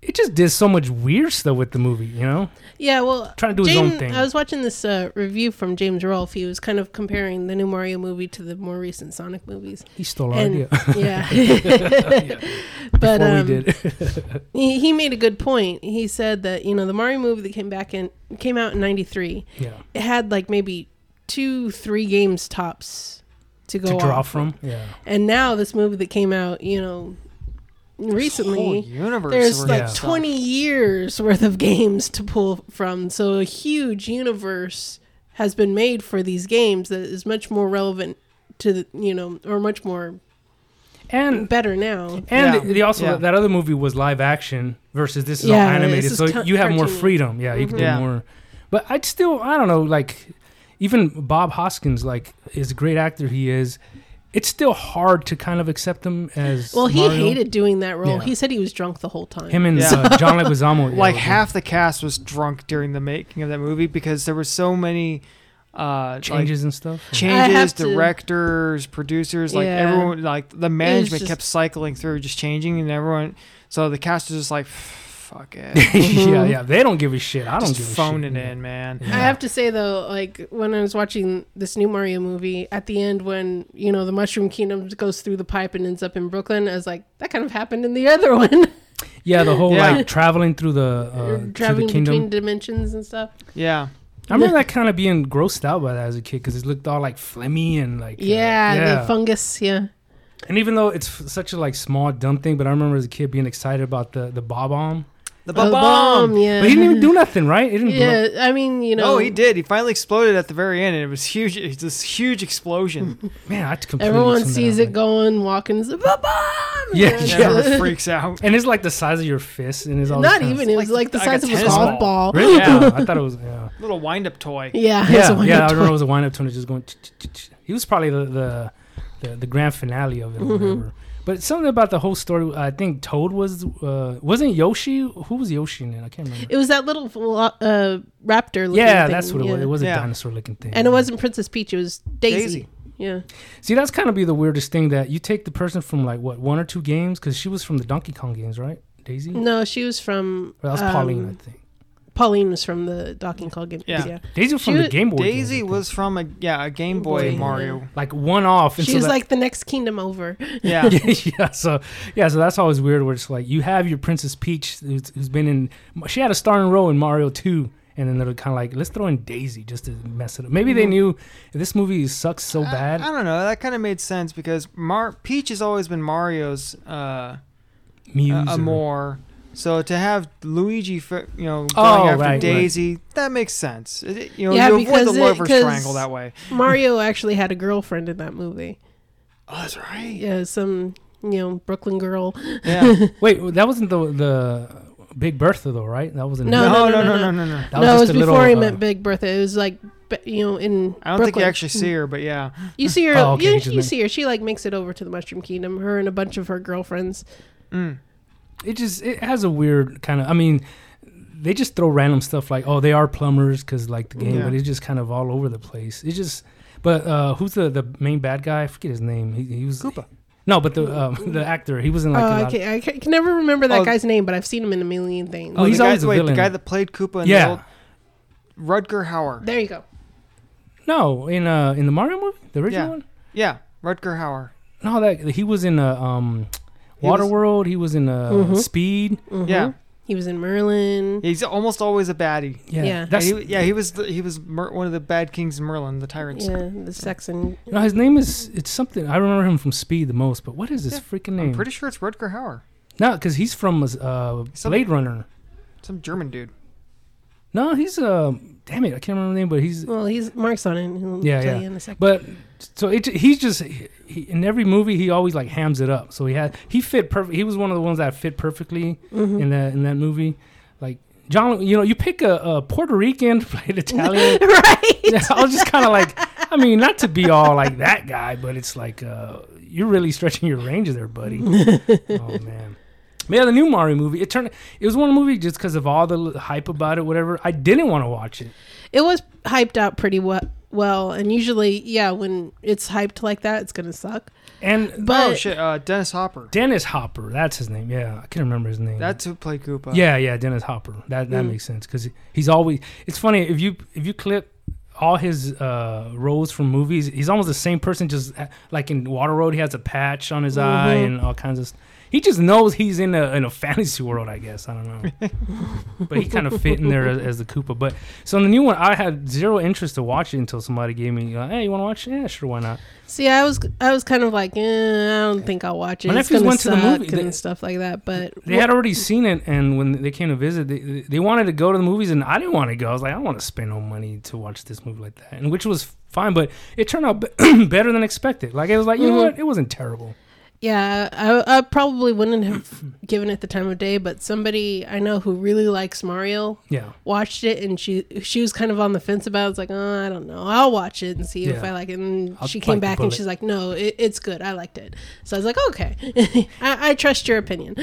B: it just did so much weird stuff with the movie. You know,
C: Yeah, well,
B: Trying to do his own
C: James,
B: thing.
C: I was watching this uh, review from James Rolfe. He was kind of comparing the new Mario movie to the more recent Sonic movies.
B: he stole our
C: And-
B: idea
C: Yeah,
B: before
C: but um,
B: we did.
C: he he made a good point. He said that you know the Mario movie that came back in came out in '93.
B: yeah,
C: It had like maybe two, three games tops to go
B: to draw
C: off.
B: from. Yeah,
C: And now this movie that came out, you know,
A: Whole
C: recently,
A: universe.
C: there's
A: of
C: like
B: Yeah.
A: stuff.
C: 20 years worth of games to pull from so a huge universe has been made for these games that is much more relevant to the you know or much more
B: and
C: better now
B: And
A: Yeah.
B: they- they also
A: Yeah.
B: that other movie was live action versus this is all
C: Yeah,
B: animated,
C: this is
B: so
C: ca-
B: you have more
C: cartoony. Mm-hmm.
B: freedom. Yeah, you can
A: Mhm.
B: do
A: Yeah.
B: more. But I'd still, I don't know, like even Bob Hoskins, like is a great actor he is. It's still hard to kind of accept him as
C: well he
B: Mario.
C: hated doing that role
B: Yeah.
C: he said he was drunk the whole time
B: him and
A: Yeah.
B: uh, John Leguizamo. yeah,
A: like
B: were-
A: half the cast was drunk during the making of that movie because there were so many uh like,
B: changes and stuff.
C: I
A: changes
C: have to-
A: directors producers like
C: Yeah.
A: everyone like the management
C: just-
A: kept cycling through just changing and everyone so the cast is just like fuck it
B: yeah, yeah, they don't give a shit. I don't
A: just
B: give a
A: phone
B: shit.
A: it in man
C: I have to say though, like when I was watching this new Mario movie, at the end when you know the Mushroom Kingdom goes through the pipe and ends up in Brooklyn, I was like, that kind of happened in the other one,
B: Yeah, the whole
A: Yeah.
B: like traveling through the uh, through the
C: traveling
B: kingdom.
C: between dimensions and stuff.
A: yeah
B: I remember that kind of being grossed out by that as a kid because it looked all like phlegmy and like uh,
C: Yeah, the fungus. Yeah,
B: And even though it's f- such a like small dumb thing, but I remember as a kid being excited about the the bob bomb.
A: The bomb.
C: Oh,
A: bomb.
C: yeah.
B: But he didn't even do Oh, nothing, right? It didn't blow.
C: Mm-hmm. Yeah, I mean, you know,
A: No, Oh, he did. He finally exploded at the very end, and it was huge. It's this huge explosion.
B: Man, I completely
C: everyone
B: tuned that
C: sees
B: out,
C: it
B: man.
C: going, walking, it's a bomb.
B: Yeah,
C: And
A: And
B: yeah.
A: everyone freaks out.
B: And it's like the size of your fist, and it's all
C: Not
B: this kind of
C: even. It was
A: like
C: like
A: the-
C: the
A: like a
C: size of a
A: tennis
C: golf
A: ball.
C: ball.
B: Really? Yeah, I thought it was. Yeah,
A: Little wind-up toy.
C: Yeah, it's a
B: yeah, yeah. I
C: wonderful-
B: remember it was a wind-up tune. It's just going. ch-ch-ch-ch. He was probably the the, the, the grand finale of it. Or
C: Mhm.
B: whatever. But something about the whole story. I think Toad was uh, wasn't Yoshi. Who was Yoshi in it? I can't remember.
C: It was that little flo- uh, raptor. looking
B: yeah,
C: thing,
B: that's what it was.
C: yeah.
B: It was a
A: Yeah.
B: dinosaur-looking thing.
C: And it wasn't Princess Peach. It was Daisy.
A: Daisy.
C: Yeah.
B: See, that's kind of be the weirdest thing that you take the person from like what one or two games because she was from the Donkey Kong games, right? Daisy. Or
C: No, she was from.
B: that was
C: Mm, um,
B: Pauline, I think.
C: Pauline was from the Donkey Kong games.
A: Yeah.
C: Yeah.
B: Daisy was
C: she
B: from the
C: was-
B: Game Boy. games, I
A: Daisy
B: think.
A: was from a yeah a Game Boy
C: Boy,
A: Mario.
B: like one off. and
C: She
B: so
C: was
B: that-
C: like the next kingdom over.
A: Yeah.
B: yeah, so yeah, so that's always weird. Where it's like you have your Princess Peach, who's, who's been in, she had a starring role in Mario Two, and then they're kind of like, let's throw in Daisy just to mess it up. Maybe
C: Mm-hmm.
B: they knew this movie sucks
C: Uh,
B: so bad.
A: I, I don't know. That kind of made sense because Mar- Peach has always been Mario's uh,
B: Muse
A: a-
C: uh,
B: or-
A: amour. So to have Luigi, for, you know, going
B: Oh,
A: after
B: right, right.
A: Daisy, that makes sense. It- it- you know,
C: Yeah,
A: you avoid the
C: because it-
A: lovers
C: 'cause-
A: triangle that way.
C: Mario actually had a girlfriend in that movie.
A: Oh, that's right.
C: Yeah, some you know Brooklyn girl.
A: Yeah.
B: Wait, that wasn't the the Big Bertha though, right? That wasn't.
C: No,
A: no,
C: no,
A: no, no,
C: no,
A: no, no.
B: that
C: no, it was
B: just a little,
C: before he
B: uh,
C: met Big Bertha. It was like b- you know in.
A: I don't think you
C: Brooklyn.
A: actually see her, but yeah.
C: You see her.
B: Oh, okay,
C: you,
B: you just
C: you
B: meant-
C: see her. She like makes it over to the Mushroom Kingdom. Her and a bunch of her girlfriends.
A: Mm.
B: It just it has a weird kind of. I mean. They just throw random stuff like, oh, they are plumbers because like the game,
A: Yeah.
B: but it's just kind of all over the place. It's just, but uh, who's the, the main bad guy? I forget his name. He, he was
A: Koopa. Uh,
B: No, but the um, the actor, he was in like. a
C: oh,
B: lot
C: I
B: of-
C: can, I ca- can never remember that
A: Oh.
C: guy's name, but I've seen him in a million things.
B: Oh, he's
A: the guy,
B: always a
A: wait,
B: villain.
A: the guy that played Koopa in
B: Yeah.
A: the old Rudger Hauer.
C: There you go.
B: No, in uh in the Mario movie, the original
A: Yeah.
B: one.
A: Yeah, Rudger Hauer.
B: No, that he was in uh, um
A: He was- Mm-hmm.
B: Waterworld. He was in uh
C: Mhm.
B: Speed.
C: Mhm.
A: Yeah.
C: He was in Merlin.
A: He's almost always a baddie.
B: Yeah,
C: Yeah.
A: And
B: that's
A: he, yeah, he was the, he was Mer- one of the bad kings in Merlin, the tyrants.
C: Yeah, the Saxon.
B: no. His name is it's something I remember him from Speed the most. But what is his
A: Yeah,
B: freaking
A: I'm
B: name?
A: pretty sure it's Rudger Hauer,
B: no, because he's from uh
A: Some-
B: Blade Runner.
A: some German dude.
B: No, he's uh damn it, I can't remember the name, but he's
C: Well, he's Mark's on it. and He'll
B: Yeah,
C: tell
B: yeah.
C: you in a second.
B: But so it, he's just he, he, in every movie he always like hams it up. So he had he fit perfect. He was one of the ones that fit perfectly in that in that movie. Like John, you know, you pick a, a Puerto Rican to play an Italian.
C: right.
B: Yeah, I was just kind of like, I mean, not to be all like that guy, but it's like uh, you're really stretching your range there, buddy. oh man. But yeah, the new Mario movie. It turned. It was one movie just because of all the l- hype about it, whatever. I didn't want to watch it.
C: It was hyped out pretty we- well, and usually, yeah, when it's hyped like that, it's gonna suck.
B: And
C: But
A: oh shit, uh, Dennis Hopper.
B: Dennis Hopper, that's his name. Yeah, I can't remember his name.
A: That's who played Koopa.
B: Yeah, yeah, Dennis Hopper. That that
C: Mm.
B: makes sense because he's always. It's funny if you if you clip all his uh roles from movies, he's almost the same person. Just uh, like in Water Road, he has a patch on his eye
C: Mhm.
B: and all kinds of. St- he just knows he's in a in a fantasy world, I guess. I don't know, but he kind of fit in there as, as the Koopa. But so in the new one, I had zero interest to watch it until somebody gave me, like, "Hey, you want to watch? it? Yeah, sure, why not?"
C: see, I was I was kind of like, eh, I don't think I'll watch it.
B: My
C: it's
B: nephews
C: gonna
B: went to the
C: suck
B: movie.
C: and
B: They-
C: stuff like that. But
B: They had already seen it, and when they came to visit, they, they wanted to go to the movies, and I didn't want to go. I was like, I don't want to spend no money to watch this movie like that, and which was fine, but it turned out be- better than expected. Like it was like, you know
C: Mhm.
B: what? It wasn't terrible.
C: yeah, I, I probably wouldn't have given it the time of day. But somebody I know who really likes Mario
B: Yeah,
C: watched it and she she was kind of on the fence about it. It's like, oh, I don't know. I'll watch it and see if
B: Yeah.
C: I like it. And
B: I'll
C: she
B: bite
C: came
B: the
C: back and
B: bullet.
C: she's like, no, it, it's good. I liked it. So I was like, okay, I, I trust your opinion.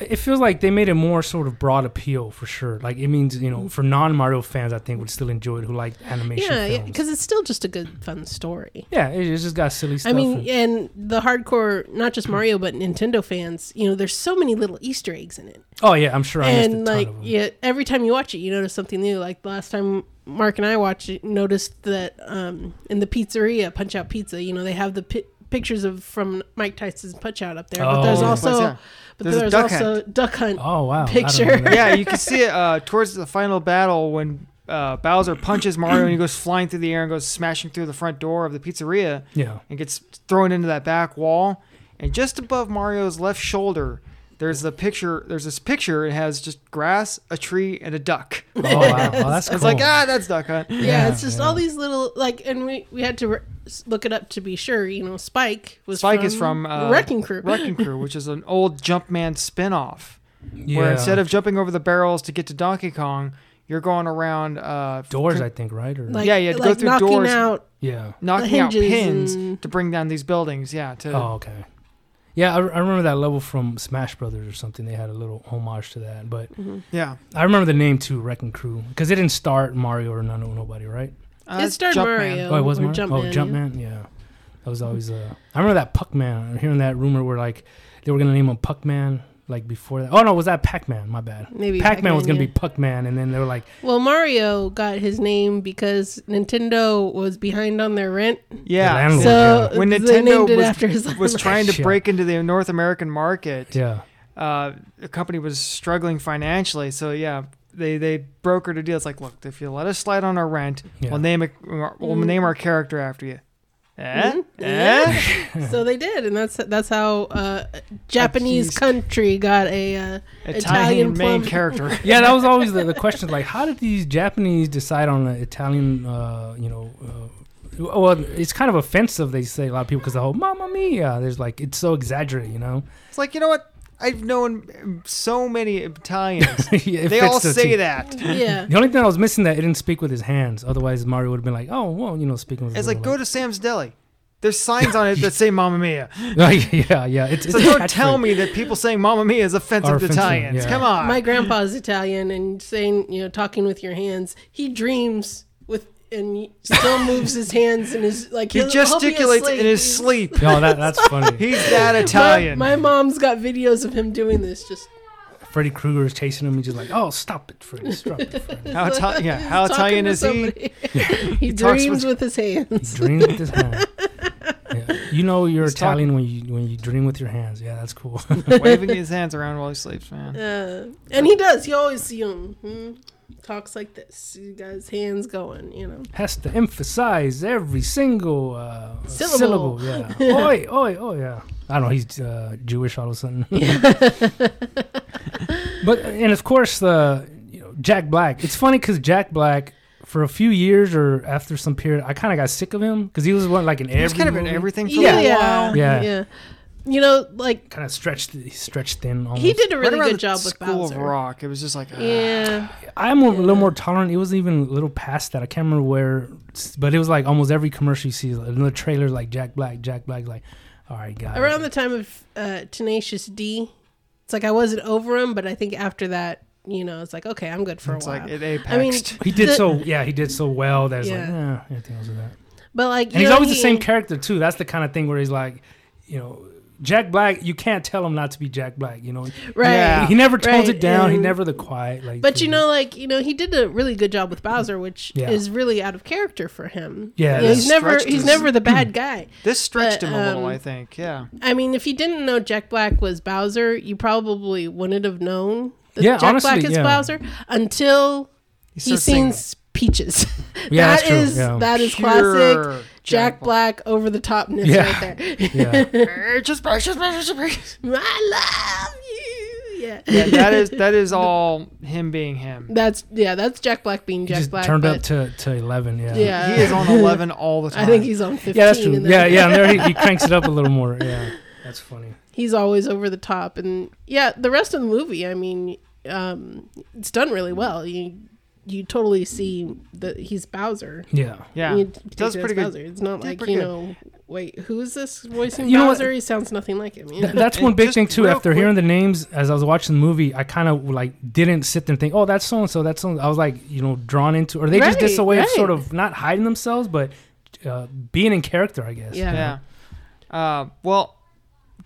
B: it feels like they made a more sort of broad appeal for sure. Like it means you know, for non Mario fans, I think would still enjoy it who like animation.
C: yeah, yeah,
B: Yeah,
C: because it's still just a good, fun story.
B: yeah, it, it's just got silly stuff.
C: I mean,
B: and-
C: and the hardcore, not just Mario, but Nintendo fans, you know, there's so many little Easter eggs in it.
B: oh yeah, I'm sure I missed a ton
C: and like
B: of them.
C: yeah every time you watch it you notice something new like the last time mark and i watched it noticed that um in the pizzeria punch out pizza you know they have the pi- pictures of from mike tyson's punch out up there but
B: Oh.
C: there's
B: Yeah.
C: also
A: Yeah.
C: but
A: There's a
C: there's,
A: duck
C: also duck hunt
B: Oh wow! I don't
C: picture.
B: know.
A: yeah, you can see it uh, towards the final battle when uh, Bowser punches Mario and he goes flying through the air and goes smashing through the front door of the pizzeria
B: yeah.
A: and gets thrown into that back wall. And just above Mario's left shoulder, There's a picture. There's this picture. It has just grass, a tree, and a duck.
B: Oh wow, Well, that's cool.
A: It's like ah, that's duck hunt.
C: Yeah,
B: Yeah,
C: it's just
B: yeah.
C: all these little like, and we we had to re- s- look it up to be sure. You know, Spike was
A: Spike
C: from
A: is from uh,
C: Wrecking Crew.
A: Wrecking Crew, which is an old Jumpman spin-off,
B: yeah.
A: where instead of jumping over the barrels to get to Donkey Kong, you're going around uh,
B: doors,
A: con-
B: I think, right? Or
C: like,
A: Yeah, you had to go
C: like
A: through
C: knocking
A: doors.
C: out.
B: yeah.
A: knocking out
C: hinges
A: pins
C: and-
A: to bring down these buildings. Yeah, to
B: Oh, okay. Yeah, I, I remember that level from Smash Brothers or something. They had a little homage to that, but
A: yeah.
B: I remember the name too, Wrecking Crew, because it didn't start Mario or none, nobody, right?
A: Uh,
C: It
A: it's
C: starred
A: Jumpman.
C: Mario.
B: Oh, it was
C: or
B: Mario.
C: Jumpman,
B: oh,
C: yeah.
B: Jumpman. Yeah. that was always. Uh, I remember that Puckman. Hearing that rumor where like they were gonna name him Puckman like before that. Oh no, was that Pac-Man? My bad.
C: Maybe
B: Pac-Man was gonna
C: Pac-Man,
B: be Puckman, and then they were like,
C: Well, Mario got his name because Nintendo was behind on their rent,
A: Oh, Yeah.
B: landlord.
C: so
A: When
C: they
A: Nintendo
C: named it
A: was-
C: after his
A: was trying to
B: Shit.
A: break into the North American market.
B: yeah,
A: Uh, the company was struggling financially, so yeah, they they brokered a deal. It's like, look, if you let us slide on our rent,
B: yeah.
A: we'll name it, we'll
C: Mhm.
A: name our character after you. Eh?
C: Mhm.
A: Eh?
C: so they did, and that's that's how uh, Japanese
A: Japanese-
C: country got a. Uh,
A: Italian,
C: Italian
A: main
C: plum-
A: character.
B: yeah, that was always the, the question. Like, how did these Japanese decide on an Italian? Uh, you know, uh, well, it's kind of offensive. They say a lot of people because the whole "Mamma Mia," there's like it's so exaggerated. You know,
A: It's like you know what? I've known so many Italians.
B: Yeah, it
A: they
B: fits
A: all
B: the
A: say
B: team.
A: that.
C: yeah.
B: The only thing I was missing that he didn't speak with his hands. Otherwise, Mario would have been like, "Oh, well, you know, speaking with." his
A: It's like
B: little
A: go to Sam's Deli. There's signs on it that say Mamma Mia.
B: Like, yeah, yeah. It's, it's
A: So
B: a
A: don't
B: catchphrase.
A: tell me that people saying Mamma Mia is offensive,
B: Are offensive,
A: to Italians.
B: yeah.
A: Come on.
C: my grandpa's Italian and saying, you know, talking with your hands. He dreams with and still moves his hands and his like
A: he
C: he'll- he'll be
A: gesticulates in
C: asleep.
A: his sleep.
B: No, that, that's funny.
A: He's that
C: My-
A: Italian.
C: My, mom's got videos of him doing this. Just
B: Freddy Krueger is chasing him. He's just like, "Oh, stop it, Freddy! Stop it, Freddy!"
A: how Italian? Yeah, how Italian is he?
C: he? he
A: talks
C: dreams
A: with-
C: with his hands.
B: Dreams with his hand. Yeah. You know you're
A: He's talking-
B: Italian when you when you dream with your hands. Yeah, that's cool.
A: Waving his hands around while he sleeps, man.
C: Uh, and he does. You always see him. Hmm? Talks like this. He got his hands going. You know.
B: Has to emphasize every single uh,
C: Syllable.
B: syllable. Yeah. oi, oi, oi. Yeah. I don't know. He's uh, Jewish all of a sudden. but and of course the you know Jack Black. It's funny because Jack Black. For a few years or after some period, I kind of got sick of him because he was one like in
A: He was
B: every
A: kind of in
B: movie.
A: everything for a little
C: Yeah.
A: while.
B: Yeah.
C: Yeah. You know, like
B: kind of stretched stretched thin. Almost.
C: he did a
A: Right
C: really
A: around
C: good
A: the
C: job with
A: School of
C: Bowser.
A: Rock. It was just like, ah.
C: Yeah.
B: I'm a little more tolerant. It was even a little past that. I can't remember where, but it was like almost every commercial you see, like, another trailer like Jack Black, Jack Black, like, all right, guys.
C: around the time of uh, Tenacious D, it's like I wasn't over him, but I think after that, you know, it's like okay, I'm good for
A: it's
C: a while.
A: like it apexed.
C: I mean,
B: he did
C: the-
B: so, yeah, he did so well. That it's like,
C: Yeah.
B: yeah, anything else with that.
C: but like
B: And he's always the same character too. That's the kind of thing where he's like, you know, Jack Black. You can't tell him not to be Jack Black. You know,
C: right?
A: Yeah.
B: he never tones
C: Right,
B: it down. he
C: and-
B: never the quiet. Like,
C: But you know, like you know, he did a really good job with Bowser, which
B: Yeah.
C: is really out of character for him.
B: Yeah,
C: You know,
B: this
C: he's never
A: stretched
C: he's
A: his-
C: never the bad guy.
A: this stretched
C: but,
A: him a little,
C: um,
A: I think. Yeah.
C: I mean, if you didn't know Jack Black was Bowser, you probably wouldn't have known that
B: Yeah,
C: Jack
B: honestly,
C: Black is
B: yeah.
C: Bowser until he
A: starts singing.
C: sings Peaches.
B: Yeah, that's
C: that
B: true,
C: is
B: yeah.
C: that is
A: Pure
C: classic. Jack Black over the topness
B: Yeah.
C: right there.
B: yeah.
A: Black. Just precious, precious, precious.
C: I love you. Yeah.
A: Yeah, that is that is all him being him.
C: that's yeah, that's Jack Black being
B: he
C: Jack
B: just
C: Black.
B: turned up
C: but
B: to, to eleven. Yeah.
C: Yeah.
A: He is on eleven all the time.
C: I think he's on fifteen.
B: Yeah, that's true.
C: and then
B: Yeah, yeah. And there he, he cranks it up a little more. Yeah, that's funny.
C: He's always over the top, and yeah, the rest of the movie. I mean, um, it's done really well. You you totally see that he's Bowser.
B: Yeah.
A: yeah.
C: You
A: does
C: take it
A: pretty
C: as
A: good.
C: Bowser. It's not
A: Did
C: like
A: pretty
C: you
A: good.
C: know. Wait, who's this voicing
B: You know what?
C: Bowser? He sounds nothing like him. You
B: Th-
C: know?
B: that's one
A: And
B: big
A: just
B: thing too.
A: real
B: After
A: quick-
B: hearing the names, as I was watching the movie, I kind of like didn't sit there and think, "Oh, that's so and so." That's so. I was like, you know, drawn into, or they just did
C: Right,
B: a way of
C: right.
B: sort of not hiding themselves, but uh, being in character, I guess.
C: Yeah.
A: Yeah. Uh, well,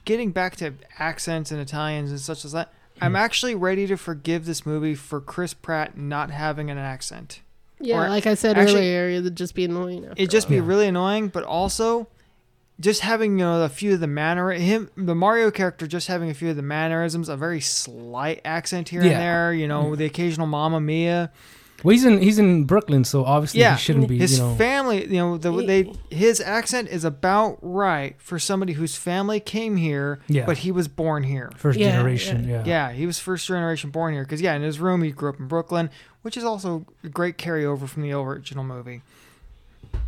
A: getting back to accents and Italians and such as that,
C: Hmm.
A: I'm actually ready to forgive this movie for Chris Pratt not having an accent.
C: yeah,
A: or-
C: like I said
A: actually-
C: earlier, it'd just be annoying. after
A: It'd just
C: a
A: be
B: Yeah.
A: really annoying, but also just having you know a few of the manner him the Mario character just having a few of the mannerisms, a very slight accent here
B: Yeah.
A: and there, you know, the occasional Mamma Mia.
B: Well, he's in he's in Brooklyn, so obviously
A: Yeah.
B: he shouldn't be.
A: His
B: you know,
A: family, you know, the, they his accent is about right for somebody whose family came here,
B: Yeah.
A: but he was born here.
B: first
C: Yeah,
B: generation. Yeah.
A: Yeah, he was first generation born here because yeah, in his room he grew up in Brooklyn, which is also a great carryover from the original movie.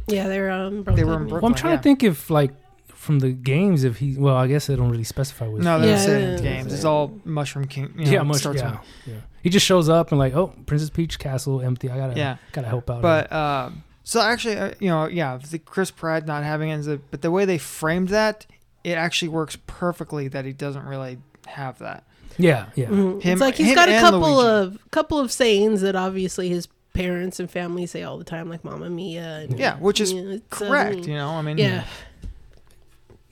C: Yeah, they were um,
A: They were in
B: Well, I'm
A: Brooklyn,
B: trying
A: yeah.
B: to think if like from the games, if he. Well, I guess they don't really specify what.
A: No, they
C: Yeah,
A: don't say it in
C: yeah,
A: the games.
C: yeah.
A: It's all Mushroom King. You know,
B: Yeah,
A: it
B: much.
A: starts
B: Yeah,
A: with-
B: yeah. He just shows up and like, oh, Princess Peach Castle empty. I gotta,
A: Yeah.
B: gotta help out.
A: But uh, so actually, uh, you know, yeah, the Chris Pratt not having it, is a- but the way they framed that, it actually works perfectly that he doesn't really have that.
B: yeah, yeah.
C: Mhm.
A: Him-
C: it's like he's
A: him
C: got a
A: and
C: couple
A: Luigi.
C: of couple of sayings that obviously his parents and family say all the time, like "Mamma Mia." And,
A: Yeah, which is
C: it's, um,
A: Correct. you know, I mean,
C: yeah,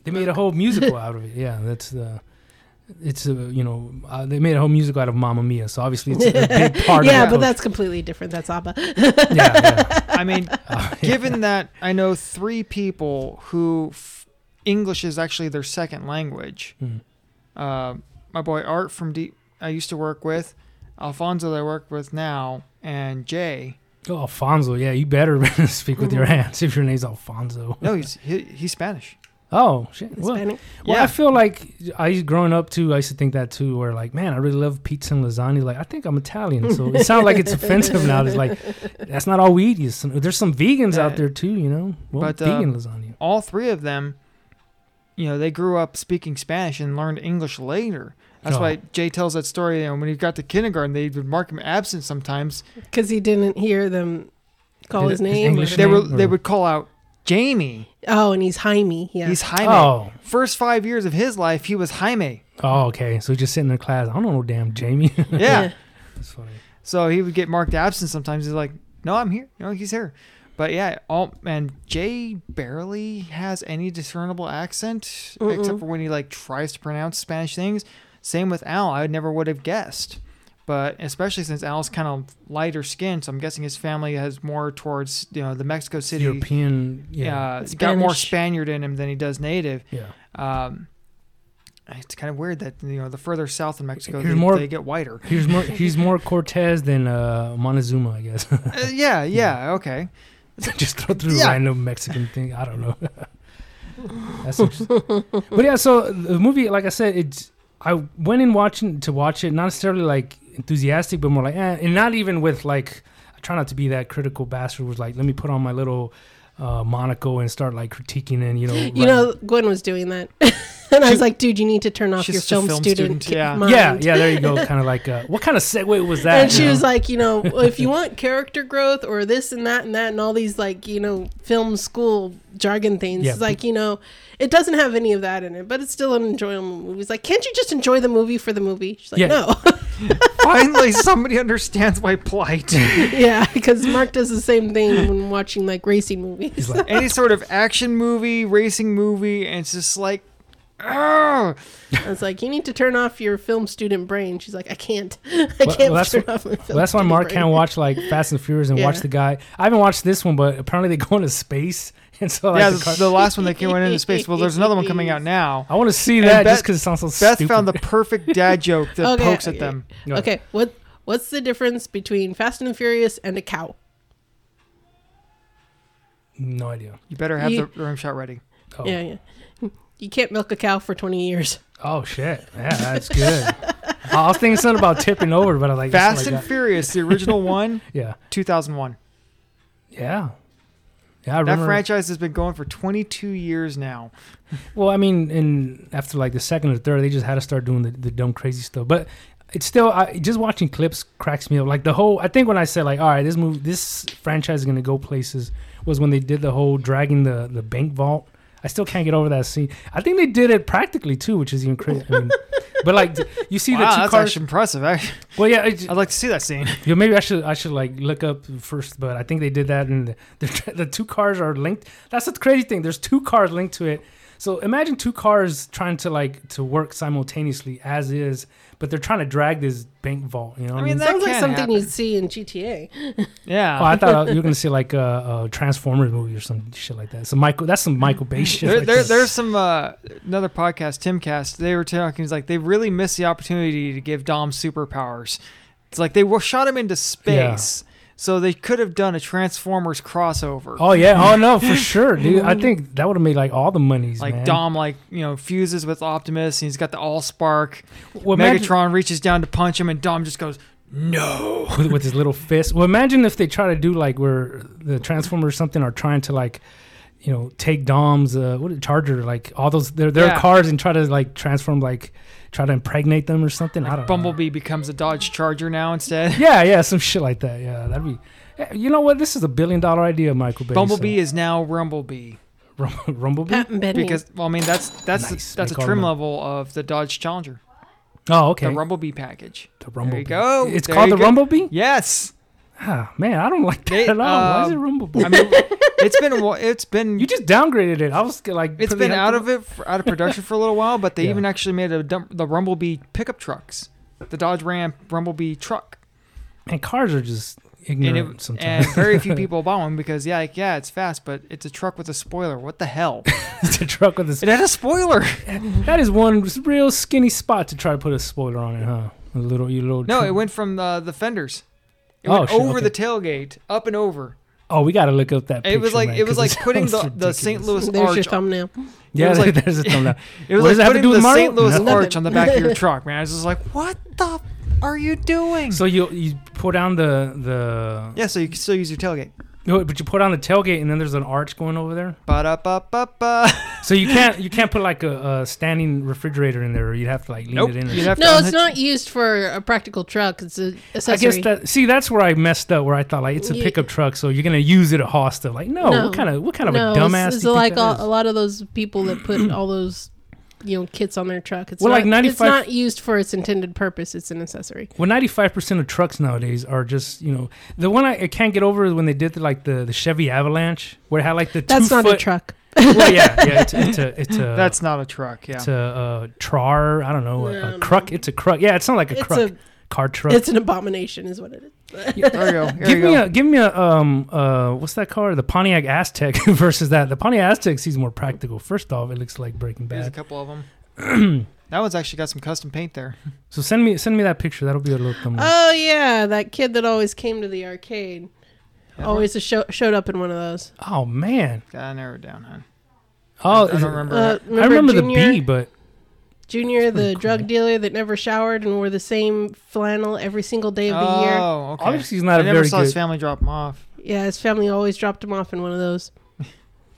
B: They made a whole musical out of it. Yeah, that's the. It's a you know uh, they made a whole musical out of Mamma Mia, so obviously it's a big part
C: yeah,
B: of
C: but
B: that.
C: that's completely different. That's Abba.
B: culture. yeah,
A: I mean,
B: yeah.
A: given that I know three people who f- English is actually their second language.
B: Mm.
A: Uh, my boy Art from D- I used to work with, Alfonso that I work with now, and Jay.
B: Oh, Alfonso, yeah, you better speak with your hands if your name's Alfonso.
A: No, he's he, he's Spanish.
B: Oh shit. Well,
C: Hispanic.
B: well,
A: Yeah.
B: I feel like I growing up too. I used to think that too, where like, man, I really love pizza and lasagna. Like, I think I'm Italian, so it sounds like it's offensive now. It's like that's not all we eat. It's some, there's some vegans
A: Yeah.
B: out there too, you know. Well,
A: But, uh,
B: vegan lasagna.
A: All three of them, you know, they grew up speaking Spanish and learned English later. That's
B: Oh.
A: why Jay tells that story. You know, when he got to kindergarten, they would mark him absent sometimes.
C: because he didn't hear them call
B: Did
C: his
B: it- his
C: name.
B: English
C: or-
A: They were
B: name,
A: they
B: or-
A: would call out Jamie.
C: oh, and he's Jaime. Yeah,
A: He's Jaime.
B: Oh,
A: First five years of his life, he was Jaime.
B: oh, okay. So just sitting in class. I don't know, damn Jamie.
A: yeah.
B: that's funny.
A: So he would get marked absent sometimes. He's like, "No, I'm here. No, he's here." But yeah, all and Jay barely has any discernible accent
C: Mm-mm.
A: except for when he like tries to pronounce Spanish things. Same with Al. I never would have guessed. But especially since Al's kind of lighter skinned, so I'm guessing his family has more towards you know the Mexico City.
B: European. Yeah.
A: Yeah, he's got more
C: Spanish.
A: Spaniard in him than he does native.
B: yeah.
A: Um, it's kind of weird that you know the further south in Mexico,
B: He's
A: they,
B: more-
A: they get whiter.
B: He's more he's more Cortez than uh, Montezuma, I guess.
A: Uh, yeah, yeah, okay.
B: Just throw through
A: Yeah.
B: random Mexican thing. I don't know. That's interesting. but yeah, so the movie, like I said, it's I went in watching to watch it, not necessarily like enthusiastic, but more like, eh, and not even with like I try not to be that critical bastard. Was like, let me put on my little uh, monocle and start like critiquing and you know,
C: You know, Gwen was doing that, and I was
A: She-
C: like, "Dude, you need to turn off
A: she's
C: your
A: just a
C: film,
A: film
C: student,
A: student, yeah.
C: mind."
B: yeah, yeah, there you go. Kind of like, uh, what kind of segue was that?
C: and she
B: you know?
C: was like, you know, well, if you want character growth or this and that and that and all these like, you know, film school jargon things,
B: Yeah.
C: it's like, you know, it doesn't have any of that in it, but it's still an enjoyable movie. It's like, can't you just enjoy the movie for the movie? She's like,
B: Yeah.
C: no,
A: Finally, somebody understands my plight.
C: yeah, because Mark does the same thing when watching like racing movies.
B: He's like,
A: Any sort of action movie, racing movie, and it's just like, oh,
C: I was like, you need to turn off your film student brain. She's like, I can't, I
B: Well,
C: can't
B: that's
C: turn
B: what-
C: off my film.
B: Well, that's why
C: student
B: Mark
C: brain.
B: can't watch like Fast and Furious and watch
C: Yeah.
B: the guy. I haven't watched this one, but apparently they go into space, and so like,
A: yeah.
B: the
A: The,
B: car-
A: the last one that came went into space. Well, there's another one coming out now.
B: I want to see
A: And
B: that
A: Beth-
B: just because it sounds so
A: Beth
B: stupid.
A: found the perfect dad joke that
C: Okay,
A: pokes
C: okay.
A: at them.
B: Go ahead.
C: Okay, what what's the difference between Fast and the Furious and a cow?
B: No idea.
A: You better have
C: You-
A: the room shot ready.
B: Oh,
C: Yeah, yeah. You can't milk a cow for 20 years.
B: oh shit! Yeah, that's good. I was thinking something about tipping over, but I was like that's
A: Fast
B: something
A: and
B: like
A: Furious, the original one,
B: that. yeah,
A: 2001.
B: yeah, yeah. I
A: That
B: remember.
A: franchise has been going for 22 years now.
B: Well, I mean, and after like the second or third, they just had to start doing the, the dumb, crazy stuff. But it's still, I, just watching clips cracks me up. Like the whole, I think when I said like, all right, this movie, this franchise is gonna go places, was when they did the whole dragging the the bank vault. I still can't get over that scene. I think they did it practically too, which is even crazy. I mean, but like, you see
A: wow,
B: the two
A: that's
B: cars.
A: actually impressive. I,
B: well, yeah, it,
A: I'd like to see that scene.
B: yeah, maybe I should I should like look up first, but I think they did that, and the, the two cars are linked. That's the crazy thing. There's two cars linked to it. So imagine two cars trying to like to work simultaneously as is, but they're trying to drag this bank vault. You know, what
A: I mean, that
C: Sounds like
A: can
C: something
A: happen.
C: you'd see in GTA.
A: Mm-hmm. Yeah.
B: Oh, I thought you were gonna see like a, a Transformers movie or some shit like that. So Michael, that's some Michael Bay shit.
A: there,
B: like
A: there,
B: that.
A: there's some uh, another podcast, Timcast. They were talking. He's like, they really missed the opportunity to give Dom superpowers. It's like they were shot him into space, So they could have done a Transformers crossover.
B: Oh yeah. Oh no, for sure, dude. I think that would have made like all the monies.
A: like
B: man.
A: Dom, like you know, fuses with Optimus, and he's got the All Spark.
B: Well, imagine-
A: Megatron reaches down to punch him, and Dom just goes, "No."
B: with, with his little fist. Well, imagine if they try to do like where the Transformers or something are trying to like, you know, take Dom's uh, what Charger like all those their their
A: Yeah.
B: cars and try to like transform like try to impregnate them or something. I don't know.
A: Bumblebee becomes a Dodge Charger now instead.
B: Yeah, yeah, some shit like that. Yeah, that'd be. Eh, You know what? This is a billion dollar idea, Michael Bay. so-
A: Bumblebee is now Rumblebee
B: Rum- Rumblebee.
C: Patent pending.
A: because well, I mean that's that's
B: Nice.
A: that's a
B: Make all
A: trim
B: them.
A: level of the Dodge Challenger,
B: Oh, okay.
A: the Rumblebee package.
B: The
A: There you
B: Rumblebee.
A: go.
B: It's
A: There
B: called
A: you
B: the
A: go.
B: Rumblebee.
A: Yes,
B: Ah, man, I don't like that
A: They-
B: at all. Why is
A: um,
B: it Rumblebee?
A: I mean it's been a wh- it's been
B: you just downgraded it. I was like,
A: it's
B: pretty
A: been
B: happy
A: out
B: with-
A: of it for, out of production for a little while, but they
B: Yeah.
A: even actually made a dump, the Rumblebee pickup trucks, the Dodge Ram Rumblebee truck,
B: And cars are just
A: and,
B: ignorant
A: it,
B: sometimes.
A: and very few people bought one because yeah, like, yeah, it's fast, but it's a truck with a spoiler. What the hell?
B: it's a truck with a
A: It had a spoiler.
B: That is one real skinny spot to try to put a spoiler on it, huh? A little, you little.
A: No,
B: trim-
A: it went from the, the fenders. It
B: Oh,
A: went
B: shit,
A: over
B: okay.
A: the tailgate, up and over.
B: Oh, we gotta look up that.
A: It was
B: picture,
A: like
B: man,
A: it was
B: 'cause
A: like
B: it
A: putting
B: sounds
A: the, the St.
B: ridiculous.
A: Louis
C: There's your
A: arch.
C: thumbnail.
B: Yeah,
A: was like-
B: there's a thumbnail.
A: It was
B: What
A: like
B: does that have to
A: putting
B: do
A: the
B: with Mario?
A: St. Louis
B: Nothing.
A: arch on the back of your truck, man. I was just like, what the are you doing?
B: So you you put down the the
A: yeah, so you can still use your tailgate.
B: no, but you put on the tailgate and then there's an arch going over there.
A: Ba-da-ba-ba-ba.
B: So you can't you can't put like a, a standing refrigerator in there. Or you'd have to like lean
A: Nope.
B: it in. Or
A: You'd have to
C: No, it's
A: unhitch-
C: not used for a practical truck. It's a
B: I
C: accessory.
B: guess that see that's where I messed up. Where I thought like it's a
C: You-
B: pickup truck, so you're gonna use it to haul stuff. Like no,
C: No.
B: what kind of what kind of
C: no,
B: a dumbass?
C: It's,
B: do
C: it's
B: you think
C: like
B: that
C: all,
B: is?
C: a lot of those people that put all those, you know, kits on their truck. It's
B: Well,
C: not,
B: like 95
C: It's not used for its intended purpose. It's an accessory.
B: Well, ninety-five percent of trucks nowadays are just you know the one I, I can't get over is when they did the, like the, the Chevy Avalanche where it had like the
C: That's
B: two
C: not
B: foot,
C: a truck.
B: Well, yeah, yeah, it's, it's a it's a
A: That's not a truck, yeah.
B: it's a uh, trar. I don't know a,
C: No,
B: a
C: no.
B: truck. It's a cruck. Yeah, it's not like a
C: It's
B: cruck
C: a
B: car truck.
C: it's an abomination, is what it is.
A: There you go. There
B: give
A: you
B: me
A: go.
B: a give me a um uh what's that car? The Pontiac Aztec versus that. The Pontiac Aztec seems more practical. First off, it looks like Breaking
A: There's a
B: Bad.
A: couple of them. that one's actually got some custom paint there.
B: So send me send me that picture. That'll be a little thumbnail.
C: Oh yeah, that kid that always came to the arcade.
A: That
C: Always a show, showed up in one of those.
B: oh man.
A: one? Gotta narrow it down, hon.
B: Oh,
A: I don't remember.
C: Uh,
B: I remember the
C: Junior,
B: B, but
C: Junior, the
B: pretty cool.
C: drug dealer that never showered and wore the same flannel every single day of the year.
A: Oh, okay.
B: obviously he's not
A: I
B: a
A: never
B: very
A: saw
B: good.
A: his family drop him off.
C: Yeah, his family always dropped him off in one of those.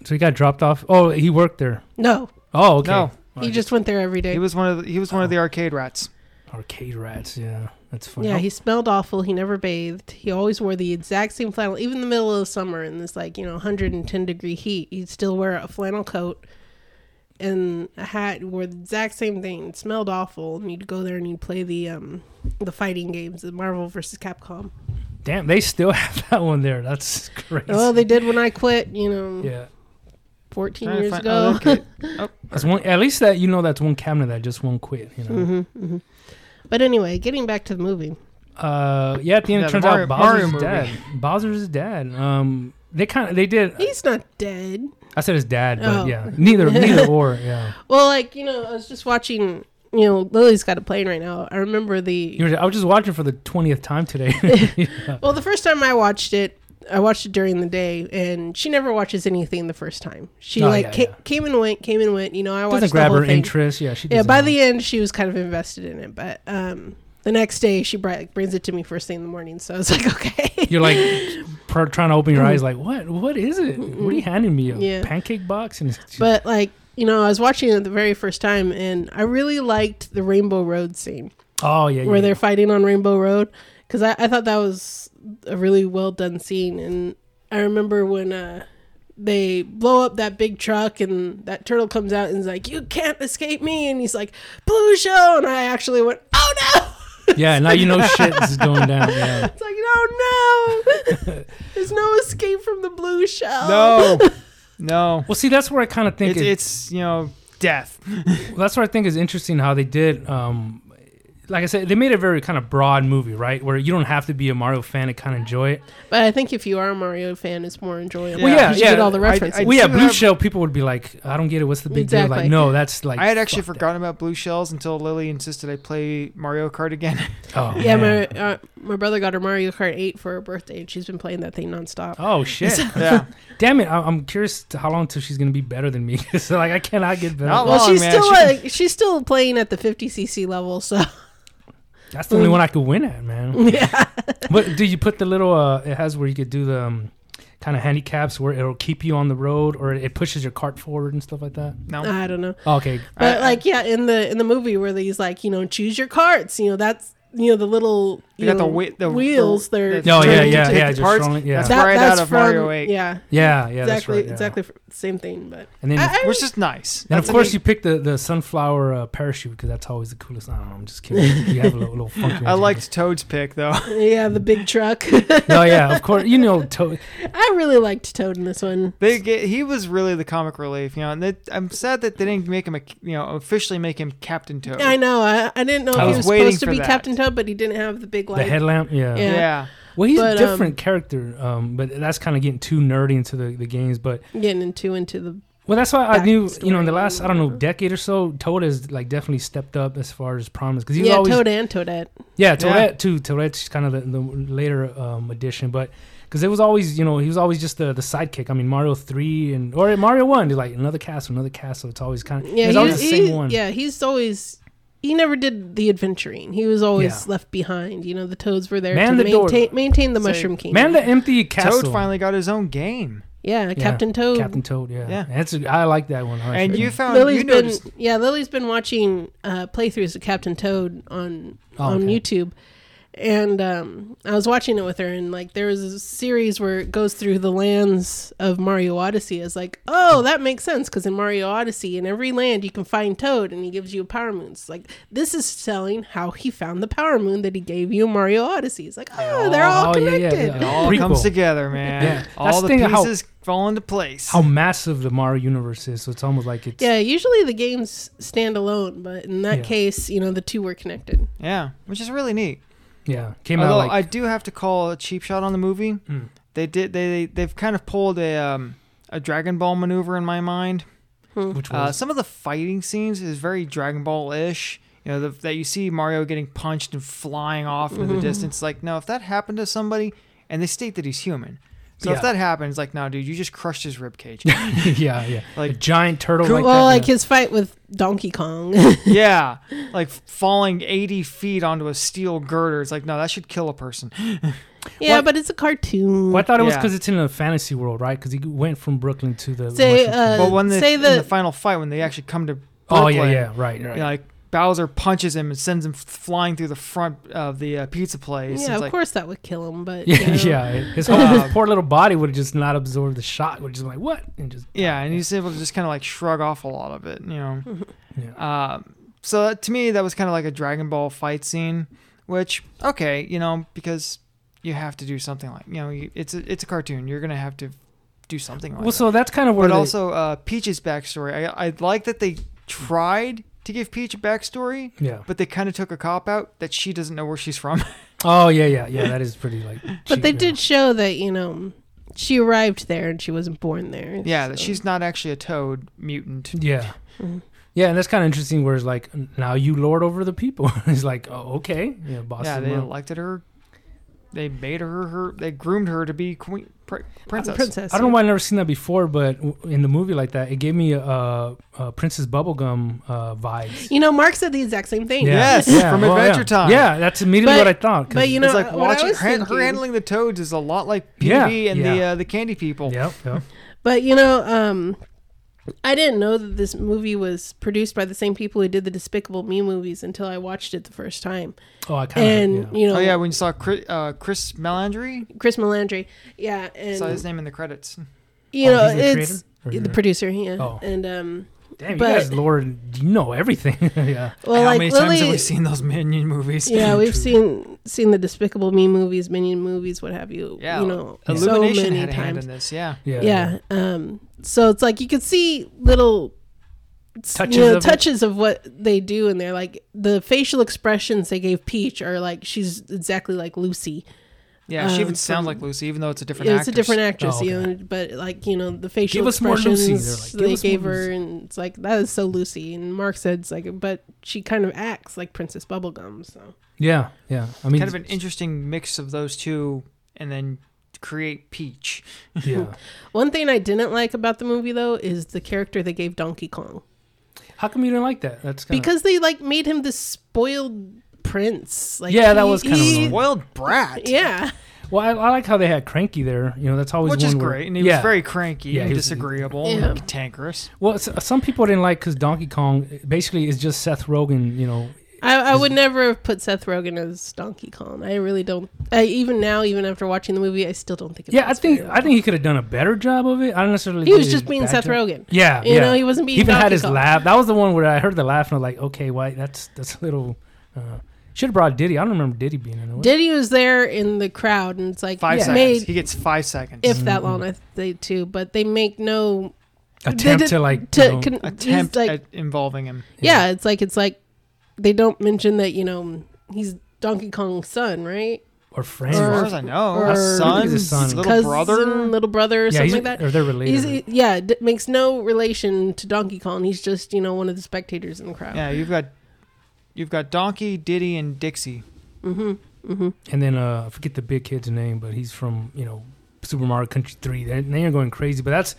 B: So he got dropped off. Oh, he worked there.
C: No,
B: Oh, okay.
A: No,
B: Well, I
C: he just went there every day.
A: he was one of the, he was one of
B: Oh.
A: the arcade rats.
B: arcade rats. Yeah, that's funny.
C: Yeah,
B: Oh,
C: he smelled awful. He never bathed. He always wore the exact same flannel, even in the middle of the summer in this like you know 110 degree heat. He'd still wear a flannel coat and a hat. He Wore the exact same thing. It smelled awful, and you'd go there and you'd play the um the fighting games, the Marvel versus Capcom.
B: damn, they still have that one there. That's crazy.
C: Oh, they did when I quit. You know,
B: yeah.
C: 14
A: Trying to
C: years
A: find-
C: ago.
A: oh, okay. Oh,
B: That's one. At least that you know that's one cabinet that just won't quit. You know.
C: mm-hmm, hmm But anyway, getting back to the movie.
B: Uh, yeah. At the end,
A: Yeah,
B: it
A: the
B: turns out
A: Mario-
B: Bowser's
A: Mario
B: dad. Bowser's dad. Um, they kind of they
A: Uh,
B: did.
C: He's not dead.
B: I said his dad, but
C: Oh.
B: yeah, neither neither or. Yeah.
C: Well, like you know, I was just watching. You know, Lily's got a plane right now. I remember the
B: You were, I was just watching for the twentieth time today. Yeah.
C: Well, the first time I watched it, I watched it during the day, and she never watches anything the first time. She
B: Oh,
C: like
B: yeah,
C: ca-
B: yeah.
C: came and went, came and went. You know, I watched
B: Doesn't
C: the
B: grab
C: whole
B: her
C: thing.
B: interest. Yeah, she.
C: Yeah,
B: doesn't
C: by
B: know.
C: the end, she was kind of invested in it, but um, the next day she bri- brings it to me first thing in the morning. So I was like, okay.
B: You're like pr- trying to open your eyes, like what? What is it? What are you handing me? A
C: Mm-hmm. Yeah.
B: pancake box? And it's-
C: but like you know, I was watching it the very first time, and I really liked the Rainbow Road scene.
B: oh yeah,
C: where
B: yeah.
C: they're fighting on Rainbow Road because I, I thought that was a really well done scene and I remember when uh, they blow up that big truck and that turtle comes out and is like you can't escape me and he's like Pluto and I actually went oh no
B: Yeah, now you know shit is going down. Yeah.
C: it's like no no there's no escape from the blue shell
A: no, no.
B: Well, see, that's where I kind of think
A: It's,
B: it,
A: it's you know death.
B: that's where I think is interesting how they did um, like I said, they made a very kind of broad movie, right? Where you don't have to be a Mario fan to kind of enjoy it.
C: But I think if you are a Mario fan, it's more enjoyable.
B: Well, yeah,
C: you just get
B: yeah,
C: all the
A: I-
C: references.
A: I-
B: well, yeah,
A: do
B: Blue
A: have-
B: Shell people would be like, I don't get it. What's the big deal? Like,
C: Exactly.
B: no, that's like
A: I had actually
B: fuck
A: forgotten about blue shells until Lily insisted I play Mario Kart again.
B: that. Oh
C: yeah, my
B: man.
C: uh, my brother got her Mario Kart 8 for her birthday, and she's been playing that thing nonstop.
B: Oh shit!
A: yeah,
B: Damn it! I- I'm curious to how long till she's gonna be better than me. so like, I cannot get better.
A: Not
C: well,
A: long,
C: she's
A: man.
C: still
A: She can-
C: like she's still playing at the 50cc level, so
B: That's the only one I could win at, man.
C: yeah,
B: But do you put the little? uh It has where you could do the um, kind of handicaps where it'll keep you on the road or it pushes your cart forward and stuff like that. Oh,
A: no,
C: I don't know,
B: Okay,
C: but
A: I-
C: like yeah, in the in the movie where these like you know choose your carts, you know that's you know the little
A: They
C: you
A: got the
C: know,
A: whe- the-
C: wheels.
A: the-
C: They're
A: the
B: No, yeah,
C: turning
B: yeah,
C: into-
A: Take
B: yeah,
A: the
B: just
A: parts.
B: strolling- yeah.
A: That's
C: That-
A: right
C: that's
A: out of
C: from,
A: Mario 8.
C: Yeah,
B: yeah, yeah, that's
C: exactly,
B: right, yeah.
C: exactly, same thing, but
B: And then,
C: I- I-
A: which is nice.
B: and of
C: that's
B: course,
C: amazing.
B: you pick the the sunflower uh, parachute because that's always the coolest. I don't know. I'm just kidding. you have a little, little funky.
A: I
B: ones.
A: liked Toad's pick though.
C: yeah, the big truck.
B: No, yeah, of course. You know, to-
C: I really liked Toad in this one.
A: They get, he was really the comic relief, you know. And that I'm sad that they didn't make him a you know officially make him Captain Toad.
C: I know. I, I didn't know
B: I was
C: if he was
A: Oh. waiting
C: supposed to
A: for
C: be
A: that.
C: Captain Toad, but he didn't have the big
B: the
C: light.
B: headlamp. Yeah.
A: yeah.
C: Yeah.
B: Well, he's
C: But,
B: a
C: um,
B: different character, um, but that's kind of getting too nerdy into the, the games. But
C: Getting into into the
B: Well, that's why I knew, you know, in the
C: Backstory.
B: last, I don't know, decade or so, Toad has like definitely stepped up as far as promise because he's
C: yeah
B: always,
C: Toad and Toadette.
B: yeah, Toadette
A: Yeah.
B: too. Toadette's kind of the, the later um, addition, but because it was always, you know, he was always just the, the sidekick. I mean, Mario three and or Mario one, they're like another castle, another castle. It's always kind of,
C: Yeah,
B: it's
C: he
B: always
C: was-
B: the
C: he-
B: same one.
C: Yeah, he's always he never did the adventuring. He was always
B: Yeah.
C: left behind. You know, the Toads were there
B: Man
C: to
B: the door.
C: maintain maintain the
A: Say,
C: Mushroom Kingdom.
B: Man, the empty castle. Oh,
A: Toad finally got his own game,
C: yeah, Captain Toad.
B: Captain Toad. Yeah,
A: Yeah.
B: That's a, I like that one. I
A: and
B: actually-
A: you found
C: Lily's
A: you
C: been
A: noticed
C: yeah, Lily's been watching uh, playthroughs of Captain Toad on
B: Oh,
C: on
B: okay.
C: YouTube, and um, I was watching it with her, and like there was a series where it goes through the lands of Mario Odyssey. I was like, oh, that makes sense because in Mario Odyssey, in every land you can find Toad, and he gives you a power moon. It's like this is telling how he found the power moon that he gave you in Mario Odyssey. It's like oh, they're all
B: oh, yeah, yeah,
C: connected.
A: it
B: yeah.
A: all
B: Prequel.
A: comes together, man.
B: Yeah. That's
A: All the
B: the thing, how-
A: pieces fall into place.
B: how massive the Mario universe is. So it's almost like it's,
C: Yeah, usually the games stand alone, but in that
B: Yeah.
C: case, you know, the two were connected.
A: yeah, which is really neat.
B: yeah, came out
A: Although
B: like,
A: I do have to call a cheap shot on the movie.
B: Mm.
A: They did they they've kind of pulled a um, a Dragon Ball maneuver in my mind.
C: Mm.
B: which was,
A: Uh, some of the fighting scenes is very Dragon Ball ish. You know the, that you see Mario getting punched and flying off into the distance. Like no, if that happened to somebody, and they state that he's human. So
B: Yeah.
A: if that happens, like, no, dude, you just crushed his rib cage.
B: yeah, yeah. Like
A: Like-
B: a giant turtle.
C: Cool.
B: like
C: well,
B: that,
C: like
B: yeah.
C: his fight with Donkey Kong.
A: yeah, like falling eighty feet onto a steel girder. It's like, no, that should kill a person.
C: yeah,
B: What-
C: but it's a cartoon.
B: Well, I thought it was
A: Yeah.
B: because it's in a fantasy world, right? Because he went from Brooklyn to the.
C: Say,
B: Washington-
C: uh,
A: But when they,
C: say
A: in
C: the,
A: the final fight, when they actually come to
B: oh
A: Brooklyn,
B: yeah, yeah, right,
A: you
B: right.
A: know, like Bowser punches him and sends him f- flying through the front of the uh, pizza place.
C: yeah,
A: It's
C: of
A: like,
C: course that would kill him, but
B: Yeah,
C: you know.
B: yeah. His whole
A: Um,
B: his poor little body would have just not absorbed the shot. Would just been like what and just
A: Yeah, and he's able to just kind of like shrug off a lot of it, you know.
B: Hmm. yeah.
A: Um, so that, to me, that was kind of like a Dragon Ball fight scene, which okay, you know, because you have to do something like you know, you, it's a, it's a cartoon. You're gonna have to do something like
B: Well,
A: that.
B: so that's kind of where
A: But
B: they-
A: also uh, Peach's backstory. I I like that they tried to give Peach a backstory,
B: yeah.
A: but they kind of took a cop out that she doesn't know where she's from.
B: Oh yeah, yeah, yeah. That is pretty like.
C: But
B: cheap,
C: they
B: yeah.
C: did show that you know she arrived there and she wasn't born there.
A: yeah,
C: so-
A: that she's not actually a toad mutant.
B: Yeah.
A: Mm-hmm.
C: Mhm.
B: Yeah, and that's kind of interesting. Where it's like, now you lord over the people. it's like, oh, okay, yeah, boss.
A: yeah,
B: them
A: they
B: up.
A: elected her. They made her her. They groomed her to be queen pr- princess.
C: princess.
B: I don't know why I've never seen that before, but w- in the movie like that, it gave me uh, uh, Princess Bubblegum uh, vibes.
C: You know, Mark said the exact same thing.
A: Yes, from Adventure
B: yeah.
A: Time.
B: Yeah, that's immediately
C: But-
B: what I thought. 'cause-
C: but you know,
A: it's like
C: uh, what I
A: watching
C: was
A: her, hand- her
C: thinking-
A: handling the toads is a lot like PB
B: Yeah,
A: and the
B: yeah.
A: uh, the candy people.
B: Yep, yep.
C: But you know, um, I didn't know that this movie was produced by the same people who did the Despicable Me movies until I watched it the first time.
B: Oh, I kind
C: And
B: of.
C: you know,
A: Oh yeah, when you saw Chris, uh, Chris Melandry,
C: Chris Melandry. Yeah, and
A: saw his name in the credits.
C: you
B: Oh,
C: know,
B: he's the
C: it's
B: creator? Or-
C: the producer, yeah.
B: Oh.
C: And um,
B: Damn,
C: but-
B: you guys, Lord, you know everything. yeah.
C: well,
A: How
C: like
A: many
C: Lily,
A: times have we seen those Minion movies?
C: yeah, we've
B: True.
C: seen seen the Despicable Me movies, Minion movies, what have you.
A: Yeah,
C: you know,
A: Illumination
C: so many
A: had a hand
C: times.
A: in this. Yeah,
B: Yeah.
C: yeah. Um. So it's like you could see little
B: Touches
C: touches, you
B: of
C: know,
B: it?
C: touches of what they do, and they're like the facial expressions they gave Peach are like she's exactly like Lucy.
A: Yeah, she
C: Um,
A: even sounds
C: from-
A: like Lucy, even though it's a different.
C: Yeah, it's a
A: actress.
C: different actress,
B: Oh,
C: you know, but like you know the facial
B: Give us more
C: expressions
B: Lucy, they're like, give
C: they
B: us more
C: gave her, and it's like that is so Lucy. And Mark said it's like, but she kind of acts like Princess Bubblegum. So
B: Yeah, yeah. I mean,
A: Kind of an interesting mix of those two, and then create Peach.
B: yeah.
C: one thing I didn't like about the movie though is the character they gave Donkey Kong
B: How come you didn't like that? That's kinda,
C: because they like made him this spoiled prince. Like
B: Yeah, that
C: he-
B: was kinda
C: he-
B: annoying.
A: Spoiled brat.
C: Yeah,
B: well, I, I like how they had Cranky there. You know, that's always
A: Which is
B: one where-
A: great, and he
B: yeah.
A: was very cranky
B: Yeah,
A: and
B: he was-
A: disagreeable
C: Yeah.
A: and cantankerous.
B: well. s some people didn't like because Donkey Kong basically is just Seth Rogen. You know,
C: I, I would never have put Seth Rogen as Donkey Kong. I really don't. I, even now, even after watching the movie, I still don't think. it
B: yeah. I
C: fits
B: think
C: very
B: I think he could have done a better job of it. I don't necessarily.
C: He
B: think
C: was
B: did
C: just
B: a
C: being
B: bad
C: Seth
B: job.
C: Rogen.
B: Yeah,
C: You
B: yeah.
C: know, he wasn't being
B: He even had
C: Donkey
B: his
C: Kong.
B: laugh. That was the one where I heard the laugh and I was like, okay, why? That's that's a little. Uh, should have brought Diddy. I don't remember Diddy being in it.
C: Diddy was there in the crowd, and it's like
A: Five
C: yeah,
A: seconds.
C: made
A: he gets five seconds.
C: if that long. I think too, but they make no they
B: Mm. Attempt
C: did-
B: to like
C: to
B: you know,
C: con- he's
A: attempt
C: like,
A: at involving him.
C: yeah. it's like it's like they don't mention that you know he's Donkey Kong's son, right?
B: or
A: As
B: friends.
C: Or-
A: far as I know,
C: or-
A: a
B: I
A: son,
B: think he's a son.
A: little
C: Cousin,
A: brother.
C: little brother, or
B: yeah,
C: something
B: he's,
C: like that.
B: or they're related.
C: He's he- yeah, d- makes no relation to Donkey Kong. He's just you know one of the spectators in the crowd.
A: Yeah, you've got you've got Donkey, Diddy, and Dixie.
B: And then uh, I forget the big kid's name, but he's from you know Super Mario Country Three. They, they are going crazy, but that's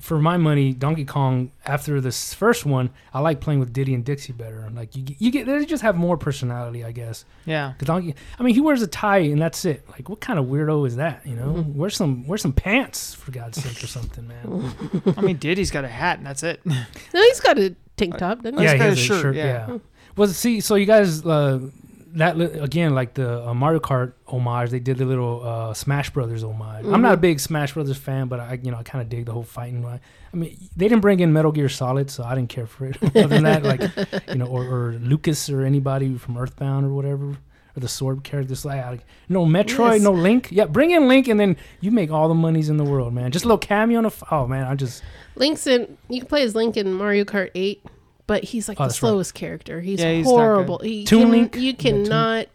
B: for my money. Donkey Kong after this first one, I like playing with Diddy and Dixie better. Like you, get- you get they just have more personality, I guess.
A: Yeah,
B: 'Cause Donkey, I mean, he wears a tie and that's it. Like what kind of weirdo is that? You know, wear some wear some pants for God's sake or something, man.
A: I mean Diddy's got a hat, and that's it.
C: No, he's got a
A: Uh,
C: tank top, doesn't he?
B: yeah,
A: got
B: he has
A: a
B: a
A: shirt,
B: shirt.
A: yeah.
B: yeah. Well, see, so you guys. Uh, that li- again, like the uh, Mario Kart homage, they did the little uh, Smash Brothers homage. I'm not a big Smash Brothers fan, but I, you know, I kind of dig the whole fighting. line. I mean, they didn't bring in Metal Gear Solid, so I didn't care for it. Other than that, like, you know, or, or Lucas or anybody from Earthbound or whatever, or the sword characters. Like, I- no Metroid,
C: Yes.
B: no Link. Yeah, bring in Link, and then you make all the monies in the world, man. Just a little cameo. On a f- oh man, I just
C: Link's in. You can play as Link in Mario Kart Eight, but he's like
B: Oh,
C: the
B: that's right.
C: slowest character. He's
A: Yeah, he's not good.
C: horrible. He
B: Toon
C: can,
B: Link?
C: You
B: Yeah, Toon-
C: cannot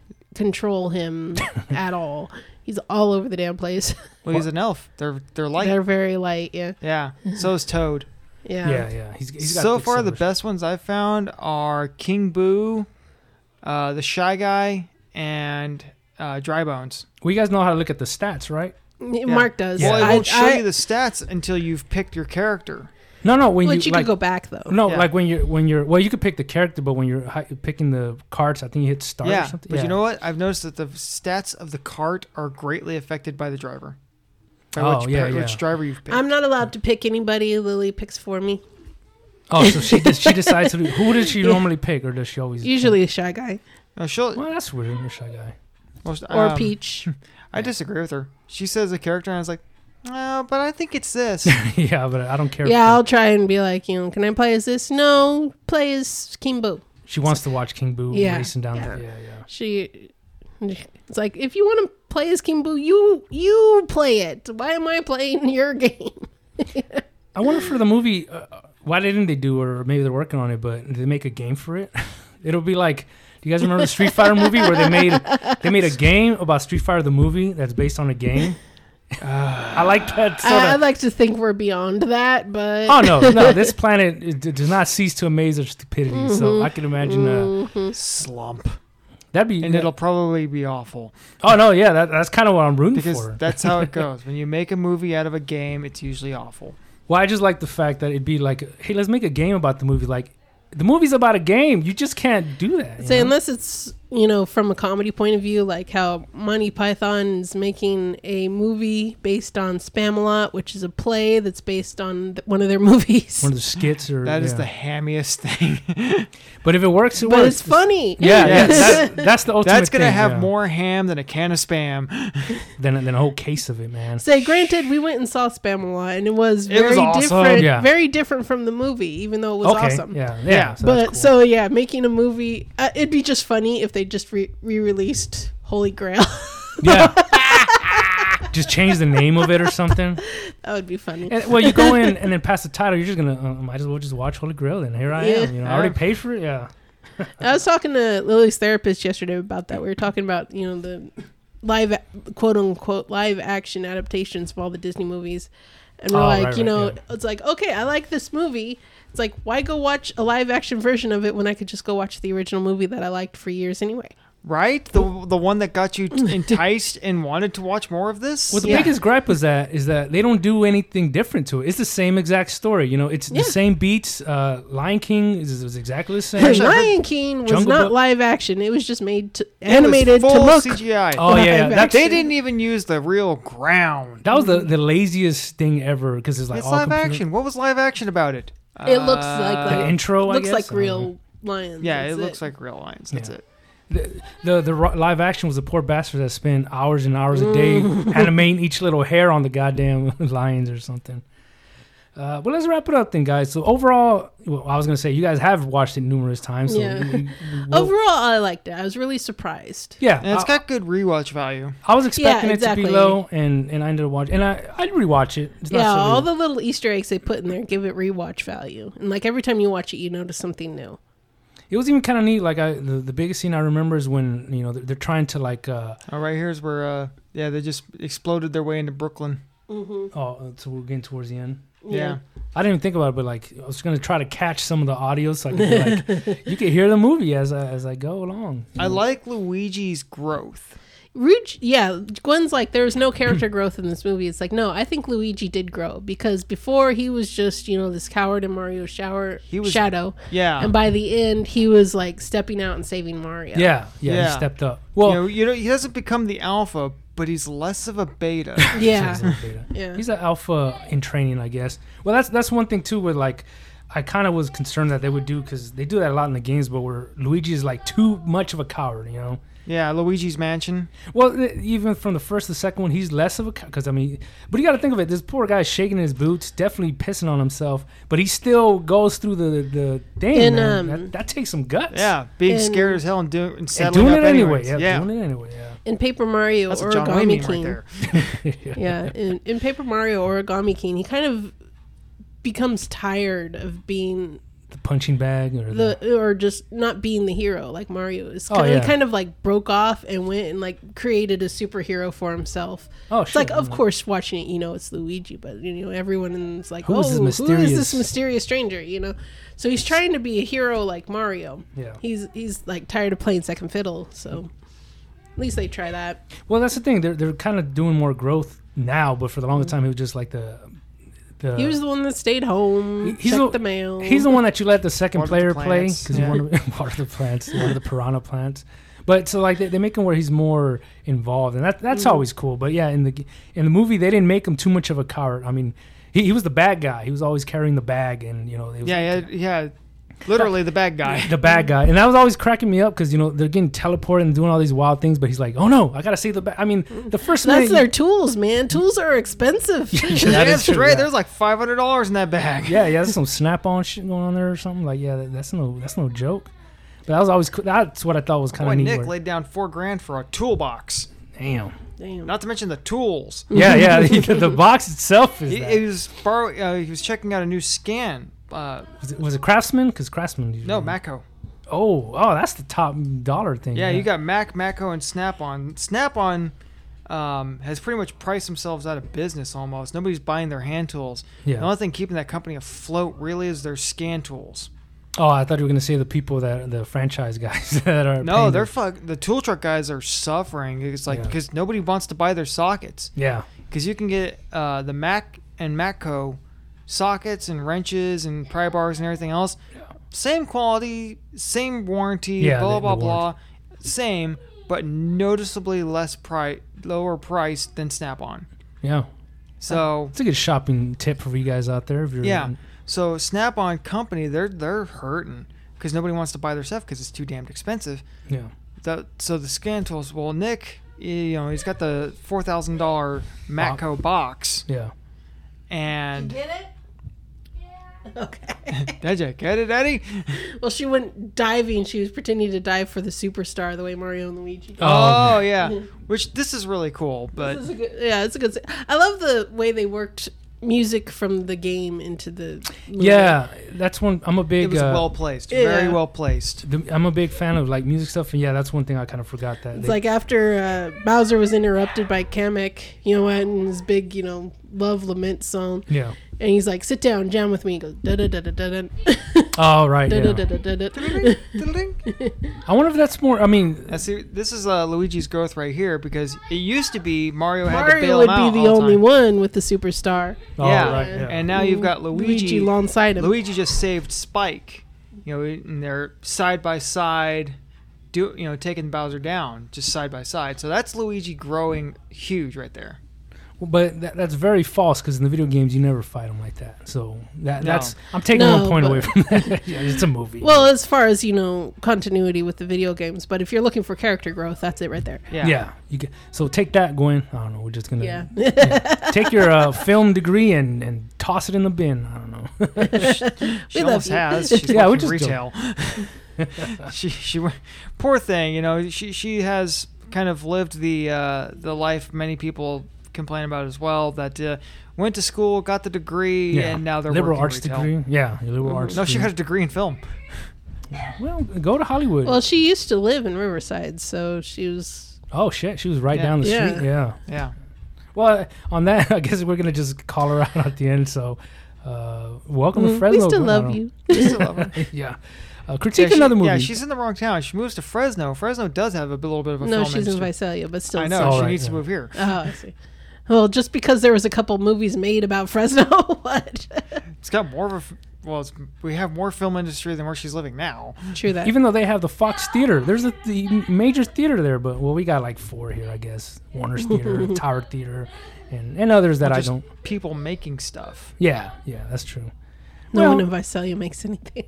C: control him at all. He's all over the damn place.
A: Well, he's an elf. They're they're like
C: They're very light. Yeah,
A: yeah. So is Toad.
C: yeah.
B: yeah, yeah. He's, he's got
A: so
B: thick
A: far, the
B: cellars.
A: best ones I've found are King Boo, uh, the Shy Guy, and uh, Dry Bones.
B: Well, you guys know how to look at the stats, right?
C: Mark does.
A: Well,
C: I-
A: I won't show
C: I-
A: you the stats until you've picked your character.
B: No, no. When
C: But
B: you
C: you
B: like,
C: could go back though.
B: No,
A: Yeah.
B: like when you're when you're well, you could pick the character, but when you're hi- picking the cards, I think you hit start or
A: yeah,
B: something.
A: but you know what? I've noticed that the stats of the cart are greatly affected by the driver. By
B: Oh,
A: which,
B: yeah,
A: par- which
B: yeah.
A: driver you've picked.
C: I'm not allowed to pick anybody. Lily picks for me.
B: Oh, so she just, she decides who, who does she normally pick, or does she always
C: Usually a shy guy
A: No, she'll-
B: Well, that's weird. You're a shy guy.
A: most-
C: or
A: um,
C: Peach.
A: I disagree with her. She says a character, and I was like, no, but I think it's this.
B: yeah, but I don't care.
C: Yeah, I'll
B: if
C: try and be like, you know, can I play as this? No, play as Kimbo.
B: she wants to watch King Boo
C: Yeah,
B: racing down.
C: yeah.
B: The, yeah, yeah.
C: She, it's like if you want to play as Kimbo, you you play it. Why am I playing your game?
B: I wonder for the movie, uh, why didn't they do, or maybe they're working on it, but did they make a game for it? It'll be like, do you guys remember the Street Fighter movie where they made they made a game about Street Fighter the movie that's based on a game? I like that. Sort
C: Uh, I, I
B: of,
C: like to think we're beyond that, but
B: Oh no, no! This planet is- d- does not cease to amaze their stupidity.
C: Mm-hmm.
B: So I can imagine uh,
A: Slump.
B: that'd be.
A: And it'll probably be awful.
B: oh no, yeah, that, that's kind of what I'm rooting
A: Because
B: for.
A: that's how it goes. When you make a movie out of a game, it's usually awful.
B: well, I just like the fact that it'd be like, hey, let's make a game about the movie. Like, the movie's about a game. You just can't do that. you
C: Say,
B: know?
C: unless it's you know from a comedy point of view, like how Monty Python's making a movie based on Spamalot, which is a play that's based on th- one of their movies.
B: One of the skits or
A: That is
B: yeah.
A: the hammiest thing.
B: But if it works, it
C: but
B: works.
C: it's funny.
B: Yeah, yeah.
A: Yes.
B: that- that's the ultimate.
A: That's gonna
B: thing,
A: have
B: yeah.
A: more ham than a can of spam.
B: than than a whole case of it, man.
C: Say, granted, we went and saw Spamalot, and it was
A: It was
C: very
A: awesome.
C: different,
B: Yeah.
C: very different from the movie, even though it was
B: okay,
C: awesome.
B: yeah, yeah.
A: Yeah,
B: so that's
C: but
B: cool.
C: so yeah, making a movie, uh, it'd be just funny if they just re- re-released Holy Grail.
B: yeah. just change the name of it or something.
C: That would be funny.
B: And, well, you go in and then pass the title. You're just gonna uh, might as well just watch Holy Grail. Then here I am. You know, I already paid for it. Yeah.
C: I was talking to Lily's therapist yesterday about that. We were talking about you know the live quote unquote live action adaptations of all the Disney movies, and we're
B: Oh,
C: like,
B: right,
C: you
B: right,
C: know,
B: yeah.
C: it's like okay, I like this movie. It's like why go watch a live action version of it when I could just go watch the original movie that I liked for years anyway.
A: Right? The the one that got you t- enticed and wanted to watch more of this?
B: Well, the
C: Yeah.
B: biggest gripe was that is that they don't do anything different to it. It's the same exact story. You know, it's
C: Yeah.
B: the same beats. Uh, Lion King is, is
A: Actually,
B: exactly the same.
A: I heard-
C: Lion King was
B: Jungle
C: not
B: Book-
C: live action; it was just made to,
A: It was
C: animated to
A: full
C: look.
A: CGI.
B: Oh yeah, yeah.
C: Live
B: That,
A: They
C: action.
A: didn't even use the real ground.
B: that was the, the laziest thing ever because it's like
A: it's
B: all
A: live
B: computer-
A: action. What was live action about it?
C: It looks like
B: The
C: Uh,
B: intro I
C: looks
B: guess? Uh-huh. Mm-hmm. I
C: like
B: don't know.
C: real lions.
A: Yeah, it
C: that's
A: looks like real lions. That's
B: Yeah.
A: it.
B: The, the the ro- live action was the poor bastard that spent hours and hours a day
C: Mm.
B: animating each little hair on the goddamn lions or something. Uh, well, let's wrap it up then, guys. So overall, well, I was gonna say you guys have watched it numerous times. So
C: Yeah.
B: you- you- you will-
C: Overall, I liked it. I was really surprised.
B: yeah,
A: And it's
B: I-
A: got good rewatch value.
B: I was expecting it
C: exactly.
B: to be low, and and I ended up watching, and I I'd rewatch it. It's
C: yeah,
B: not so
C: all
B: big.
C: the little Easter eggs they put in there give it rewatch value, and like every time you watch it, you notice something new.
B: it was even kind of neat. Like I, the, the biggest scene I remember is when you know they're, they're trying to like uh
A: All right, here's where uh yeah, they just exploded their way into Brooklyn.
C: Mm-hmm.
B: oh so we're getting towards the end.
A: Yeah.
B: I didn't even think about it, but like I was gonna try to catch some of the audio so I could be like you could hear the movie as I, as I go along.
A: I like Luigi's growth.
C: Rouge, yeah. Gwen's like, there's no character growth in this movie. It's like, no, I think Luigi did grow because before he was just, you know, this coward in Mario's shower
A: He was-
C: shadow,
A: Yeah.
C: and by the end, he was like stepping out and saving Mario.
B: Yeah, yeah,
A: Yeah.
B: he stepped up. Well,
A: you know, you know, he doesn't become the alpha, but he's less of a beta.
B: He's
C: yeah,
B: a beta.
C: Yeah.
B: He's an alpha in training, I guess. Well, that's that's one thing too. With like, I kind of was concerned that they would do because they do that a lot in the games, but where Luigi is like too much of a coward, you know.
A: yeah, Luigi's mansion.
B: Well, th- even from the first to the second one, he's less of a because I mean, but you got to think of it. This poor guy's shaking his boots, definitely pissing on himself, but he still goes through the the thing.
C: And,
B: man.
C: um,
B: that, that takes some guts.
A: Yeah, being
C: And-
A: scared as hell and, do, and
B: and
A: settling
B: doing it
A: up
B: anyway.
A: anyways.
B: Yeah, doing it anyway. Yeah.
C: in Paper Mario
A: That's a John Wayne
C: Origami
A: meme right
C: King.
A: there.
C: yeah, in, in Paper Mario Origami King, he kind of becomes tired of being
B: The punching bag or the,
C: the or just not being the hero like Mario is.
B: Oh,
C: Kind,
B: yeah.
C: He kind of like broke off and went and like created a superhero for himself.
B: oh,
C: It's
B: shit,
C: like, of
B: yeah.
C: course, watching it, you know, it's Luigi, but you know, everyone is like,
B: Who
C: oh,
B: is this
C: who is this
B: mysterious-
C: mysterious stranger? You know, so he's trying to be a hero like Mario.
B: Yeah.
C: He's he's like tired of playing second fiddle, so at least they try that.
B: Well, that's the thing. They're they're kind of doing more growth now, but for the longest time, he was just like the the.
C: he was the one that stayed home,
B: He's
C: checked
B: the-
C: the mail.
B: He's the one that you let the second
A: Water the
B: player play
A: plants,
B: because
A: yeah.
B: you want to water the plants, water the piranha plants. But so like they, they make him where he's more involved, and that that's always cool. But yeah, in the g- in the movie they didn't make him too much of a coward. I mean, he, he was the bad guy. He was always carrying the bag, and you know, it was
A: Yeah, yeah, yeah. Literally the bad guy.
B: the bad guy, and that was always cracking me up because you know they're getting teleported and doing all these wild things, but he's like, oh no, I gotta save the bag. I mean, the first
C: That's
B: minute
C: their tools, man. Tools are expensive.
B: Yeah, that
A: That's
B: is true,
A: right.
B: yeah.
A: There's like five hundred dollars in that bag.
B: yeah, yeah, there's some snap-on shit going on there or something. Like, yeah, that, that's no, that's no joke. But that was always, cool. that's what I thought was kind
A: Boy,
B: of neat.
A: Nick
B: where-
A: laid down four grand for a toolbox.
B: Damn.
C: Damn.
A: Not to mention the tools.
B: Yeah, yeah, the, the box itself is.
A: He,
B: that.
A: he was borrow, uh, He was checking out a new scan. Uh,
B: was, it, was it Craftsman? Because Craftsman. usually-
A: no, Macco.
B: Oh, oh, that's the top dollar thing.
A: Yeah, you got Mac, Macco, and Snap On. Snap On um, has pretty much priced themselves out of business almost. Nobody's buying their hand tools.
B: Yeah.
A: The only thing keeping that company afloat really is their scan tools.
B: Oh, I thought you were gonna say the people that the franchise guys that are.
A: No,
B: paying
A: they're
B: the-
A: fuck. The tool truck guys are suffering. It's like
B: Yeah.
A: because nobody wants to buy their sockets.
B: Yeah,
A: because you can get uh, the Mac and Macco sockets and wrenches and pry bars and everything else. Same quality, same warranty,
B: Yeah,
A: blah
B: the-
A: blah
B: the
A: blah, same, but noticeably less price, lower price than Snap On.
B: yeah.
A: So
B: It's a good shopping tip for you guys out there. If you're
A: yeah, so Snap On company, they're they're hurting because nobody wants to buy their stuff because it's too damned expensive.
B: yeah.
A: The, so the scan tools, well, Nick, you know, he's got the four thousand dollar Macco box,
B: Yeah.
A: and
D: Get it?
C: Okay.
A: Did you get it, Eddie?
C: well, she went diving. She was pretending to dive for the superstar, the way Mario and Luigi. Did.
B: Oh,
A: Oh,
B: okay.
A: yeah. Which this is really cool, but
C: This is a good, yeah, it's a good. se- I love the way they worked music from the game into the. movie.
B: Yeah, that's one. I'm a big.
A: it was
B: uh,
A: well placed,
C: yeah.
A: very well placed.
B: the, I'm a big fan of like music stuff, and yeah, that's one thing I kind of forgot that.
C: It's
B: they-
C: like after uh, Bowser was interrupted by Kamek, you know what, and his big, you know, love lament song,
B: yeah.
C: and he's like, "Sit down, jam with me." He goes da da da da da da
B: Oh right.
C: da da
B: Yeah.
C: da da da da.
A: Ding, ding, ding.
B: I wonder if that's more. I mean,
A: Now, see, this is uh, Luigi's growth right here because it used to be Mario had to
C: Mario
A: bail
C: would
A: him
C: be
A: out
C: the
A: all
C: only
A: time.
C: one with the superstar. Mm,
B: oh,
A: yeah.
B: right, yeah.
A: and now you've got
C: Luigi
A: Luigi.
C: alongside him.
A: Luigi just saved Spike. You know, and they're side by side, do you know, taking Bowser down just side by side. So that's Luigi growing huge right there.
B: but that, that's very false because in the video games you never fight them like that. So that
A: No.
B: that's I'm taking
C: No,
B: one point
C: but-
B: away from that. yeah, it's a movie.
C: Well, uh, as far as you know, continuity with the video games, but if you're looking for character growth, that's it right there.
A: Yeah.
B: yeah. You get, so take that, Gwen. I don't know. We're just gonna
C: Yeah,
B: take your uh, film degree and and toss it in the bin. I don't know.
A: She
C: We love
A: almost
C: you.
A: has. She's
B: Yeah,
A: yeah,
B: we
A: we
B: just
A: retail. she she wa- poor thing, you know, she she has kind of lived the uh, the life many people complain about as well that uh, went to school, got the degree
B: Yeah.
A: and now they're
B: liberal
A: working
B: arts
A: retail. Mm-hmm.
B: degree. Mm-hmm. Yeah, your liberal arts.
A: No, she
B: degree.
A: got a degree in film.
B: Well, go to Hollywood.
C: Well, she used to live in Riverside, so she was.
B: oh shit, she was right
A: Yeah.
B: down the
C: Yeah.
B: street. Yeah.
A: Yeah.
B: Well, uh, on that, I guess we're gonna just call her out at the end. So, uh, welcome to
C: "Mm, Mm-hmm. we
B: Fresno.
C: still
B: Gwen. I
C: love
B: don't-
C: you.
A: We still love her.
B: yeah. Uh,
A: Yeah,
B: critique
A: she-
B: another movie.
A: Yeah, she's in the wrong town. She moves to Fresno. Fresno does have a b- little bit of a
C: No,
A: film
C: she's in
A: industry.
C: Visalia, but still.
A: I know
B: All
A: she
B: right,
A: needs to
B: yeah.
A: move here.
C: Oh, I see. Well, just because there was a couple movies made about Fresno, what?
A: It's got more of a f- well, it's, we have more film industry than where she's living now.
C: True that.
B: Even though they have the Fox Theater, there's a the major theater there, but well, we got like four here, I guess. Warner's Theater, Tower Theater, and and others that I
A: Just
B: don't.
A: people making stuff.
B: Yeah, yeah, that's true.
C: no
B: well-
C: one in Visalia makes anything.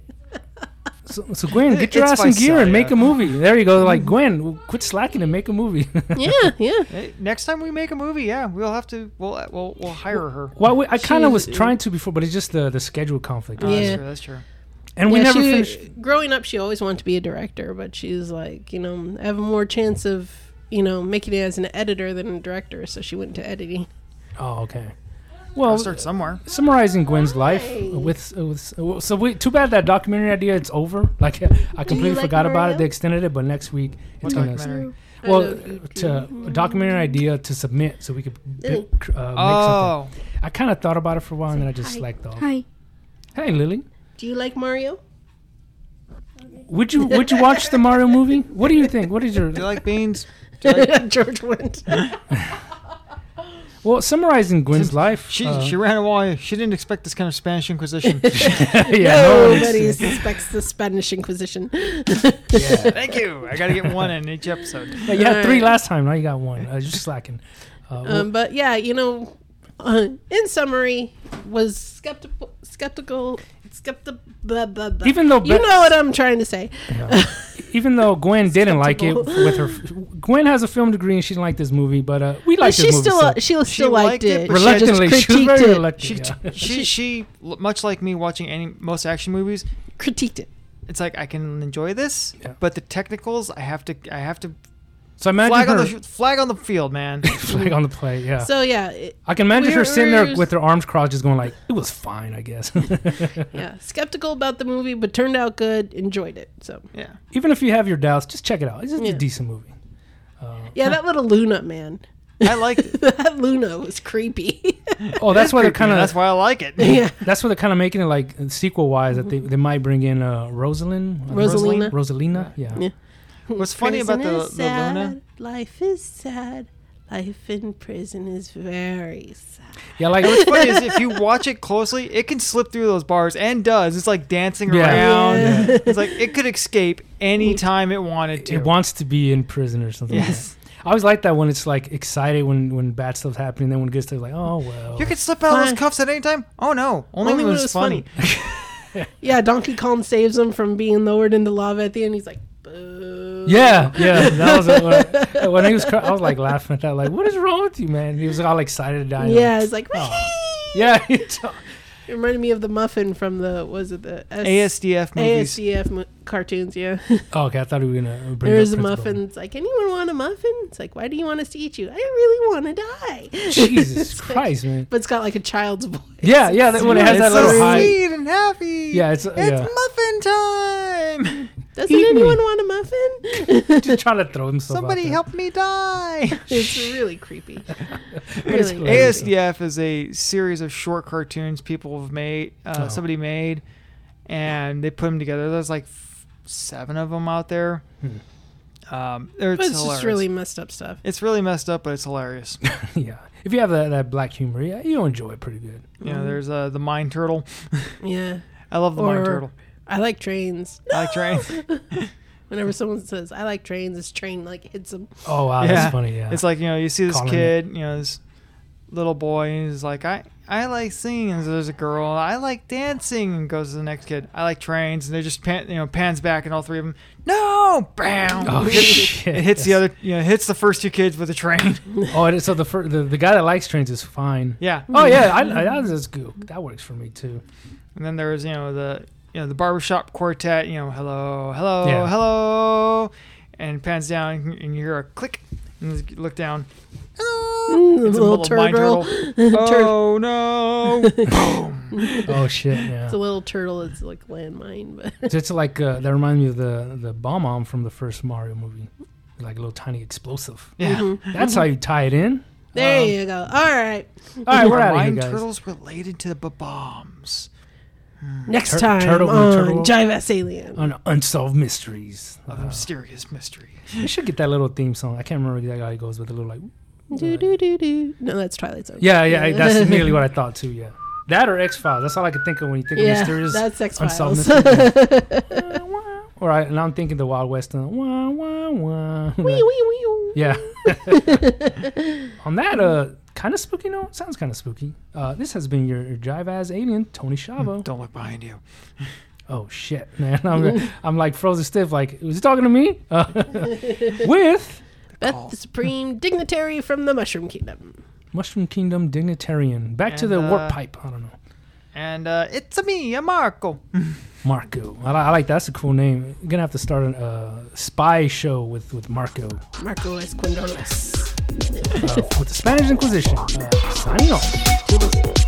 B: So, so Gwen, get your
A: It's
B: ass in gear
A: Visalia.
B: and make a movie. There you go. Like Gwen, w- quit slacking and make a movie.
C: yeah, yeah.
A: Eh, Next time we make a movie, yeah, we'll have to we'll we'll, we'll hire her.
B: well, we, I kind of
C: She's-
B: was trying to before, but it's just the the schedule conflict,
A: Oh, That's
C: Yeah.
A: true. That's true.
B: and we
C: Yeah,
B: never
C: she-
B: finished.
C: Growing up, she always wanted to be a director, but she's like, you know, I have more chance of, you know, making it as an editor than a director, so she went to editing.
B: Oh, okay.
A: I'll
B: Well,
A: start somewhere.
B: summarizing Gwen's life
C: Hey.
B: with, with so we, too bad that documentary idea it's over. Like I completely
C: like
B: forgot about it.
C: Mario?
B: They extended it, but next week
A: What
B: it's gonna
A: documentary?
B: well
C: I
B: uh, to a documentary idea to submit so we could bi-
C: Lily.
B: cr- uh, make something.
A: Oh,
B: I kind of thought about it for a while and then I just slacked off.
D: Hi.
B: Hey Lily,
C: Do you like Mario?
B: would you would you watch the Mario movie? What do you think? What is your
A: do you like beans?
C: George went.
B: well summarizing Gwen's life?
A: She
B: uh,
A: she ran away. She didn't expect this kind of Spanish Inquisition.
B: yeah, no one-
C: Nobody suspects the Spanish Inquisition.
A: Thank you. I gotta get one in each episode.
B: yeah, you had three
C: Alright.
B: last time. Now you got one. Uh, just slacking. Uh, well,
C: Um, but yeah, you know, uh, in summary, was skeptical, skeptical, skeptical. Blah, blah, blah.
B: even though
C: you
B: Be-
C: know what I'm trying to say.
B: Yeah. even though Gwen didn't like it
C: Acceptable.
B: with her, Gwen has a film degree and she didn't like this movie, but uh, we
C: But
B: like
C: she
B: this movie.
C: still,
B: so-
C: she still
A: liked
C: liked
A: it,
C: it.
A: but
C: She just
B: reluctantly, she was
C: critiqued
B: very
C: it.
A: She
B: reluctant. yeah.
A: she she much like me watching any most action movies.
C: Critiqued it.
A: It's like I can enjoy this,
B: Yeah.
A: but the technicals I have to I have to
B: So imagine
A: flag
B: her
A: on the sh- flag on the field, man.
B: flag on the play. Yeah,
C: So yeah, it,
B: I can imagine her
C: we're-
B: sitting there
C: we're-
B: with her arms crossed, just going like, "It was fine, I guess."
C: yeah, skeptical about the movie, but turned out good. Enjoyed it. So
A: yeah.
B: even if you have your doubts, just check it out. It's just a
C: Yeah.
B: decent movie. Uh,
C: yeah, that little Luna man,
A: I like it.
C: that Luna was creepy.
B: oh, that's why they're kind
A: That's
B: of
A: why I like it.
C: yeah,
B: that's why they're kind of making it like sequel wise that they, they might bring in uh, Rosalind,
C: Rosalina.
B: Rosalina, yeah.
C: Yeah.
A: What's funny about
C: Prison
A: the,
C: is
A: the Luna?
C: sad. Life is sad. Life in prison is very sad.
B: yeah, like
A: What's funny is if you watch it closely, it can slip through those bars and does. It's like dancing
B: Yeah.
A: around.
B: Yeah.
A: It's like it could escape any time it wanted to.
B: it wants to be in prison or something. Like that.
A: yes.
B: I always like that when it's like excited when when bad stuff's happening, then when good stuff's like, oh well.
A: You could slip out of
C: Fine.
A: those cuffs at any time. Oh no! Only, when it's funny.
C: Yeah, Donkey Kong saves him from being lowered into lava at the end. He's like, boo.
B: yeah, yeah, that was it. when, I, when he was. Cry- I was like laughing at that, like, what is wrong with you, man? He was all excited to die.
C: Yeah, it's like,
B: Oh. yeah, it's-
C: It reminded me of the muffin from the was it the S-
A: ASDF movies.
C: ASDF mo- cartoons? Yeah,
B: Oh, okay, I thought we were gonna. Bring
C: there
B: up
C: was a
B: Prince
C: muffin. It's like anyone want a muffin? It's like why do you want us to eat you? I really want to die.
B: Baldwin. Jesus
C: It's like-
B: Christ, man.
C: but it's got like a child's voice.
B: Yeah, yeah, that, when it has
A: It's
B: that
A: so
B: little high.
A: sweet and happy.
B: Yeah, it's- yeah.
A: muffin time.
C: Doesn't
B: Eat me.
C: anyone want a muffin?
B: Just trying to throw himself. out
A: Somebody
B: there.
A: help me die.
C: it's really creepy.
B: It's
C: Really.
B: hilarious.
A: ASDF is a series of short cartoons people have made, uh,
B: Oh.
A: somebody made, and they put them together. There's like f- seven of them out there.
B: Hmm.
A: Um, they're-
C: But
A: it's,
C: it's
A: hilarious.
C: just really messed up stuff.
A: it's really messed up, but it's hilarious. you
B: Yeah, if you have that, that black humor, yeah, you'll enjoy it pretty good.
A: know, there's uh, the mine turtle.
C: Yeah.
A: I love the mine
C: Or-
A: turtle.
C: I like trains.
A: I like trains.
C: Whenever someone says I like trains, this train like hits them.
B: Oh wow,
A: Yeah.
B: that's funny. Yeah,
A: It's like you know, you see this
B: Calling
A: kid, you know, this little boy, and he's like, I, I like singing. And there's a girl. I like dancing. And goes to the next kid. I like trains. And they just pan, you know, pans back, and all three of them. No, bam.
B: Oh,
A: it,
B: shit.
A: it hits the other. You know, hits the first two kids with a train.
B: oh, and so the, fir- the the guy that likes trains is fine.
A: yeah.
B: Oh yeah, I, I, that's, that's good. That works for me too.
A: And then there was you know the you know the barbershop quartet. You know, hello, hello,
B: Yeah.
A: hello, and pans down, and you hear a click, and you look down. Hello.
C: Mm,
A: It's a
C: little
A: little mine
C: turtle.
A: Oh no!
B: Oh shit, yeah.
C: It's a little turtle. It's like landmine, but
B: It's like uh, that reminds me of the the bomb bomb from the first Mario movie, like a little tiny explosive.
A: Yeah.
B: That's how you tie it in.
C: there
B: Um,
C: you go. All right.
B: All right, we're
A: Are
B: out of here,
A: mine
B: guys.
A: turtles related to the bombs?
C: Next
B: Tur-
C: time
B: turtle and
C: on
B: turtle. Uh,
C: Jive Ass Alien.
B: On unsolved mysteries.
A: Of
B: Uh,
A: mysterious mystery.
B: we should get that little theme song. I can't remember exactly how it goes, but the little like.
C: Do do do do. No, that's Twilight Zone.
B: Yeah, yeah, that's immediately what I thought too. Yeah, that or X Files. That's all I could think of when you think
C: yeah,
B: of mysterious.
C: that's X
B: unsolved
C: Files.
B: mysteries. All right, and I'm thinking the Wild West. And wah, wah, wah. yeah. On that uh, kind of spooky note, sounds kind of spooky. Uh, this has been your, your Jive As Alien, Tony Shavo.
A: Don't look behind you.
B: Oh shit, man! I'm, I'm like frozen stiff. Like, was he talking to me? Uh, with
C: Beth, the supreme dignitary from the Mushroom Kingdom.
B: Mushroom Kingdom Dignitarian. Back to
A: And,
B: the
A: uh,
B: warp pipe. I don't know.
A: And uh, it's a me, a Marco.
B: Marco. I, li- I like that's a cool name. You're gonna have to start a uh, spy show with with Marco
C: Marco Esquindolos.
B: uh, with the Spanish Inquisition. Uh, signing off.
C: Toodles.